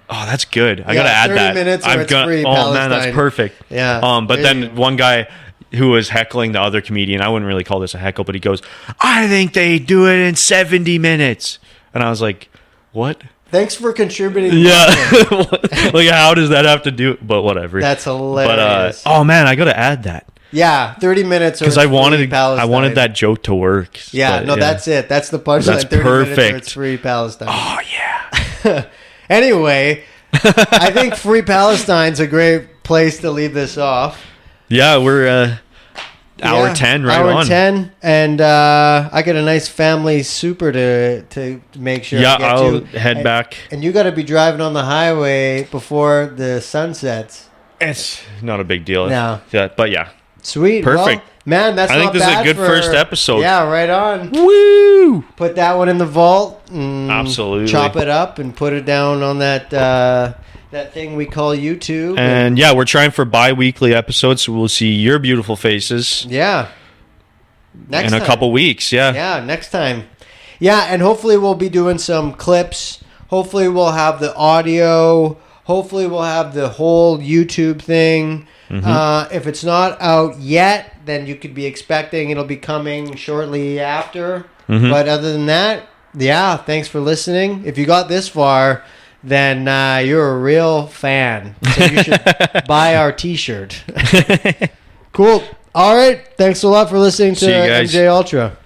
Speaker 2: Oh, that's good. I gotta add
Speaker 1: 30
Speaker 2: that.
Speaker 1: minutes or
Speaker 2: I'm
Speaker 1: it's
Speaker 2: gonna-
Speaker 1: free
Speaker 2: oh man,
Speaker 1: Palestine.
Speaker 2: that's perfect.
Speaker 1: Yeah,
Speaker 2: Um, but
Speaker 1: there you
Speaker 2: then
Speaker 1: go.
Speaker 2: one guy who was heckling the other comedian, I wouldn't really call this a heckle, but he goes, "I think they do it in 70 minutes," and I was like, "What?"
Speaker 1: Thanks for contributing.
Speaker 2: Yeah. like, how does that have to do? But whatever.
Speaker 1: That's
Speaker 2: But uh,
Speaker 1: hilarious.
Speaker 2: oh man, I gotta add that
Speaker 1: Yeah, 30 minutes or
Speaker 2: because I
Speaker 1: free
Speaker 2: wanted I
Speaker 1: Palestine.
Speaker 2: wanted that joke to work.
Speaker 1: Yeah,
Speaker 2: But,
Speaker 1: no, that's it. That's the punchline.
Speaker 2: That's
Speaker 1: 30 minutes or
Speaker 2: perfect.
Speaker 1: it's free Palestine.
Speaker 2: oh yeah.
Speaker 1: Anyway, I think free Palestine's a great place to leave this off.
Speaker 2: Yeah, we're uh, hour
Speaker 1: Yeah,
Speaker 2: ten right
Speaker 1: hour
Speaker 2: on.
Speaker 1: 10. And uh, I got a nice family super to, to make sure I
Speaker 2: Yeah,
Speaker 1: get
Speaker 2: I'll
Speaker 1: to.
Speaker 2: head
Speaker 1: And-
Speaker 2: back.
Speaker 1: And you got to be driving on the highway before the sun sets.
Speaker 2: It's not a big deal.
Speaker 1: No.
Speaker 2: Yeah, but yeah.
Speaker 1: Sweet. Well,
Speaker 2: Perfect.
Speaker 1: man, that's
Speaker 2: I think
Speaker 1: not
Speaker 2: this is a
Speaker 1: bad
Speaker 2: good
Speaker 1: for-
Speaker 2: first episode.
Speaker 1: Yeah, right on.
Speaker 2: Woo!
Speaker 1: Put that one in the vault. And
Speaker 2: Absolutely.
Speaker 1: Chop it up and put it down on that uh, that thing we call YouTube.
Speaker 2: And yeah, we're trying for bi-weekly episodes, so we'll see your beautiful faces
Speaker 1: yeah. Next
Speaker 2: in a
Speaker 1: time.
Speaker 2: couple weeks. Yeah.
Speaker 1: Yeah, next time. Yeah, and hopefully we'll be doing some clips. Hopefully we'll have the audio. Hopefully we'll have the whole YouTube thing. Uh, if it's not out yet, then you could be expecting it'll be coming shortly after. But other than that, yeah, thanks for listening. If you got this far, then uh, you're a real fan. So you should buy our T-shirt. cool. All right. Thanks a lot for listening to
Speaker 2: See you guys.
Speaker 1: MJ Ultra.